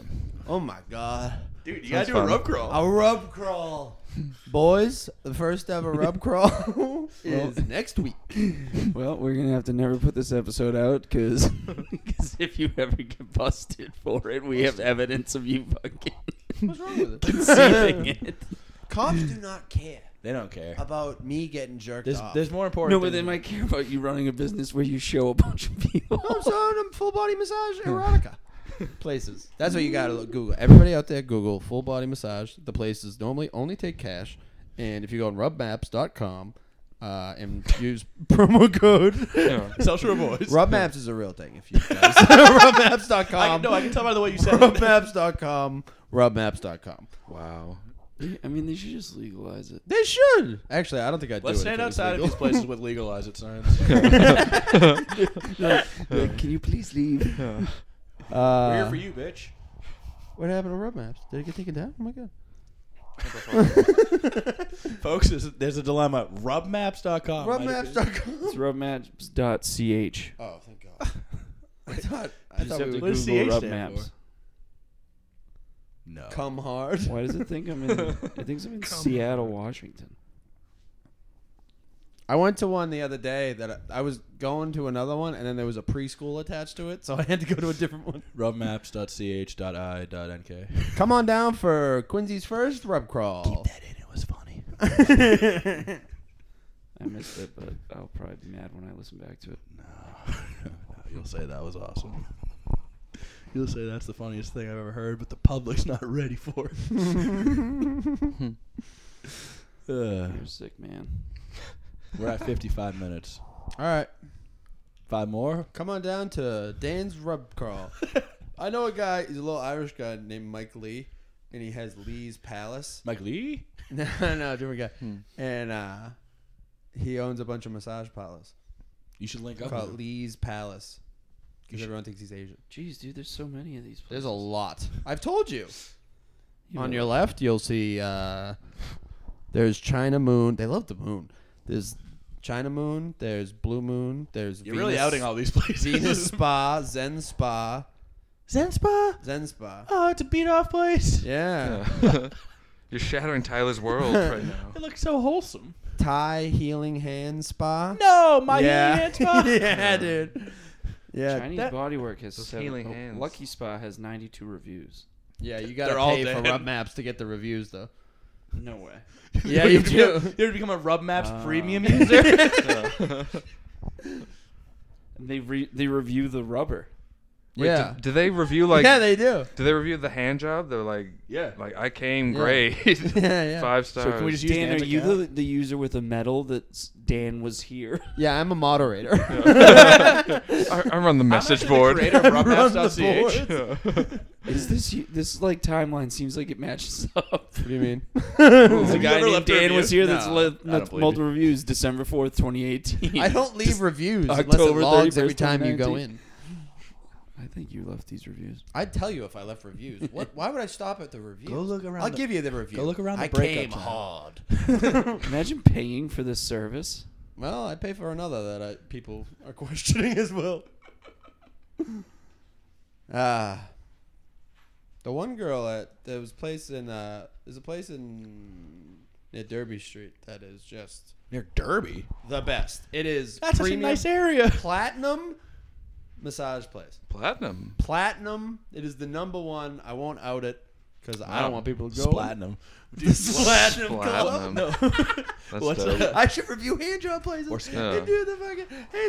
S1: Oh my god.
S3: dude, you
S2: Sounds
S3: gotta do a
S2: fun.
S3: rub crawl.
S1: A rub crawl. Boys, the first ever rub crawl is next week.
S4: Well, we're gonna have to never put this episode out because if you ever get busted for it, we have evidence of you fucking
S1: What's wrong with it?
S4: conceiving it.
S1: Cops do not care
S3: They don't care.
S1: about me getting jerked
S3: There's,
S1: off.
S3: there's more important.
S4: No, but
S3: things.
S4: they might care about you running a business where you show a bunch of people.
S1: I'm showing them um, full body massage erotica places. That's what you gotta look, Google. Everybody out there, Google full body massage. The places normally only take cash, and if you go on rubmaps.com uh, and use promo code.
S2: Yeah.
S3: Social boys.
S1: Rub Maps is a real thing. If you guys, rubmaps.com.
S3: I can, no, I can tell by the way you said it.
S1: Rubmaps.com. Rubmaps.com.
S2: Wow.
S4: I mean, they should just legalize it.
S1: They should. Actually, I don't think I'd
S3: Let's
S1: do it. if
S3: stand
S1: it was
S3: outside of
S1: legal. Uh,
S3: these places with legalize it signs.
S4: Like, like, can you please leave?
S1: Uh,
S3: We're here for you, bitch.
S1: What happened to Rub Maps? Did it get taken down? Oh my god.
S3: Folks, there's a, there's a dilemma. Rubmaps.com. might have been-
S1: Rubmaps.com.
S4: It's rubmaps.ch.
S1: Oh, thank God. I thought I
S4: Just
S1: thought
S4: have
S1: we
S4: to
S1: would
S3: What does
S4: Google
S3: CH
S4: rub
S3: stand
S4: maps.
S3: No.
S1: come hard.
S4: Why does it think I'm in? It thinks I'm in Seattle, Washington.
S1: I went to one the other day that I, I was going to another one, and then there was a preschool attached to it, so I had to go to a different one.
S3: Rubmaps.ch.i.nk.
S1: Come on down for Quincy's first rub crawl.
S3: That in, it was funny.
S4: I missed it, but I'll probably be mad when I listen back to it.
S3: You'll say that was awesome. You'll say that's the funniest thing I've ever heard, but the public's not ready for it. Uh,
S4: You're sick, man.
S3: we're at 55 minutes.
S1: All right,
S3: Five more?
S1: come on down to Dan's rub crawl. I know a guy. He's a little Irish guy named Mike Lee, and he has Lee's Palace.
S3: Mike Lee?
S1: No, no, different guy.
S3: Hmm.
S1: And uh, he owns a bunch of massage parlors
S3: You should link up.
S1: called
S3: with him.
S1: Lee's Palace because everyone thinks he's Asian.
S4: Jeez, dude, there's so many of these.
S1: There's a lot. I've told you.
S4: You
S1: On
S4: know,
S1: your left, you'll see uh, there's China Moon. They love the moon. There's China Moon. There's Blue Moon. There's
S3: You're
S1: Venus,
S3: really outing all these
S1: Venus
S3: places.
S1: Spa, Zen Spa,
S3: Zen Spa?
S1: Zen Spa.
S3: Oh, it's a beat off place.
S1: Yeah.
S2: You're shattering Tyler's world right now.
S3: It looks so wholesome.
S1: Thai Healing Hand Spa.
S3: No, my
S1: yeah.
S3: hand spa.
S1: yeah, dude. Yeah.
S4: Chinese
S1: that-
S4: Bodywork has
S2: Those
S4: seven.
S2: healing
S4: oh,
S2: hands.
S4: Lucky Spa has 92 reviews.
S1: yeah, you gotta
S3: They're all
S1: pay for
S3: dead.
S1: rub maps to get the reviews though.
S4: No way.
S1: Yeah, you
S3: have to
S1: do.
S3: become- You have to become a Rub Maps
S2: Uh.
S4: Ah.
S3: premium user.
S4: And they re- they review the rubber.
S2: Wait,
S1: yeah.
S2: Do, do they review like?
S1: yeah, they do.
S2: do they review the hand job? They're like,
S3: yeah.
S2: like I came great,
S1: yeah.
S2: five stars.
S3: So can we just use
S4: Dan,
S3: Dan's
S4: are you
S3: account?
S4: the, the user with the medal that s- Dan was here?
S1: Yeah, I'm a moderator.
S2: I, I run the message
S3: actually the
S2: board.
S3: creator of rubmaps.ch.
S4: Is this you- this like timeline seems like it matches up?
S1: what do you mean?
S4: There's a
S3: Have you
S4: guy
S3: ever
S4: named
S3: left a
S4: Dan
S3: review?
S4: was here that's
S1: No,
S4: left
S3: I don't believe
S4: multiple reviews December 4th, 2018.
S1: I don't leave reviews unless it
S4: October
S1: logs
S4: 31st,
S1: every time you go
S4: 2019.
S1: in.
S4: I think you left these reviews.
S1: I'd tell you if I left reviews. What? Why would I stop at the review?
S3: Go look around
S1: I'll
S3: the-
S1: give you the review.
S3: go look around the
S1: I
S3: breakup
S1: came
S3: channel.
S1: hard.
S4: Imagine paying for this service.
S1: well, I pay for another that I, people are questioning as well. Ah, the one girl at there was a place in uh, there's a place in near Derby Street that is just
S3: Near Derby.
S1: the best. It is
S3: That's such a
S1: premium,
S3: nice area.
S1: platinum massage place.
S2: Platinum.
S1: platinum. It is the number one. I won't out it because I don't
S2: Wow.
S1: want people to go.
S3: Splatinum.
S1: Platinum.
S2: Platinum.
S3: No.
S2: That's
S3: What's
S2: dope.
S3: up?
S1: I should review hand job places.
S3: Or
S2: skin.
S1: They do the fucking. Hey,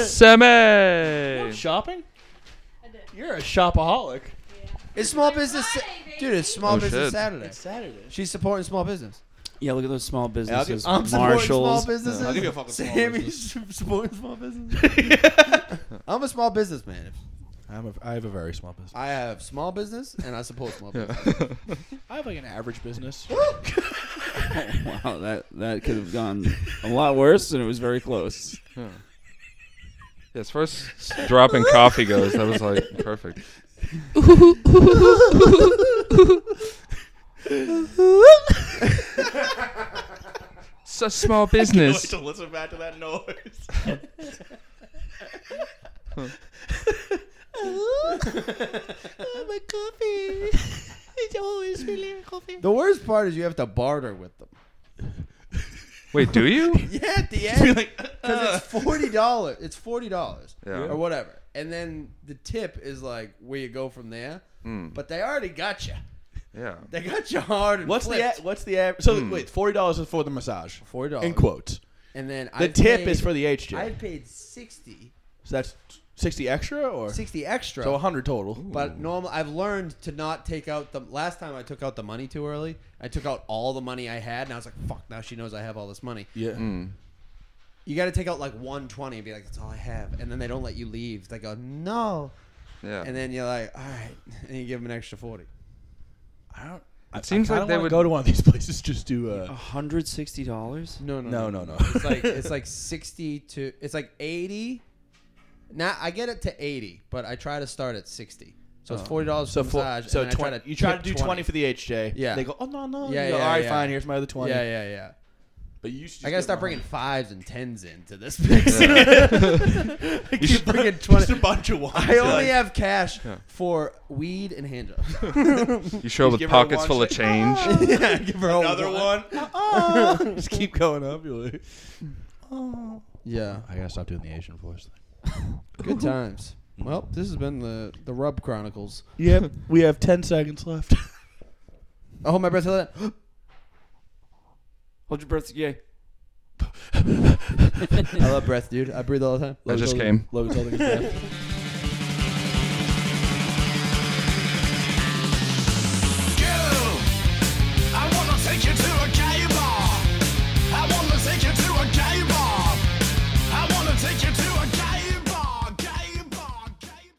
S1: Sammy.
S2: Semi.
S3: Shopping?
S6: I did.
S3: You're a shopaholic.
S1: it's small business, Sa-
S6: Friday,
S1: dude. It's small
S2: Oh,
S1: business
S2: shit.
S1: Saturday.
S3: Saturday.
S1: She's supporting small business.
S4: Yeah, look at those small
S3: I'll give-
S4: businesses.
S1: I'm supporting small
S4: Marshalls.
S1: businesses.
S3: I'll give you a fucking small
S1: Sammy's supporting small business. I'm a small businessman. If
S3: I'm a, I have a very small business.
S1: I have small business and I support small business.
S3: I have like an average business.
S4: wow, that, that could have gone a lot worse, and it was very close.
S2: As far as s- dropping coffee goes, that was like perfect. It's a small business.
S3: listen back to that noise.
S6: my coffee. It's always really coffee.
S1: The worst part is you have to barter with them.
S2: Wait, do you?
S1: Yeah, at the end. Because it's forty dollars. It's forty dollars
S2: Yeah.
S1: or whatever, and then the tip is like where you go from there. But they already got you.
S2: Yeah.
S1: They got you hard. And
S3: What's the e-
S1: flipped.
S3: a- what's the average? So wait, forty dollars is for the massage.
S1: Hmm. forty dollars?
S3: In quotes,
S1: And then
S3: the
S1: I
S3: tip
S1: paid-
S3: is for the HJ.
S1: I paid 60,
S3: so that's sixty extra or
S1: 60 extra.
S3: so hundred total.
S1: but normal, I've learned to not take out the. Last time I took out the money too early. I took out all the money I had, and I was like, "Fuck!" Now she knows I have all this money.
S3: yeah,
S1: Hmm. You got to take out like one twenty and be like, "That's all I have," and then they don't let you leave. They go, "No,"
S2: Yeah.
S1: and then you're like, "All right," and you give them an extra forty.
S3: I don't. It
S2: seems like they would-
S3: go to one of these places just to. Uh,
S4: $160?
S1: No, no,
S3: no, no, no.
S1: It's like it's like sixty to it's like eighty. Now I get it to eighty, but I try to start at sixty. So it's forty dollars
S3: Oh, so
S1: for
S3: for,
S1: massage.
S3: so
S1: and I
S3: twenty.
S1: try to
S3: you try to
S1: tip
S3: do twenty for the HJ.
S1: Yeah.
S3: They go, oh no no.
S1: Yeah,
S3: You go,
S1: yeah,
S3: All right,
S1: yeah.
S3: fine. Here's my other twenty.
S1: Yeah, yeah, yeah.
S3: But you used to
S1: I
S3: just
S1: gotta
S3: get
S1: start
S3: mine.
S1: bringing fives and tens into this mix. I keep
S3: Just a-
S1: bringing
S3: Just a
S1: twenty.
S3: bunch of wine.
S1: I only
S3: Like,
S1: have cash
S2: Yeah.
S1: for weed and hand jobs.
S2: You show
S3: Give
S2: up with
S3: her a
S2: pockets
S3: one
S2: full of
S3: shake.
S2: change.
S1: yeah, give her a
S3: another one. just keep going up. You're like,
S1: Yeah,
S3: I gotta stop doing the Asian voice.
S1: good times. Well, this has been the the Rub Chronicles.
S3: Yep, we have ten seconds left.
S1: I hold my breath till that.
S4: Hold your breath. Yeah.
S1: I love breath, dude. I breathe all the time.
S2: I just came.
S3: Logan's holding his breath.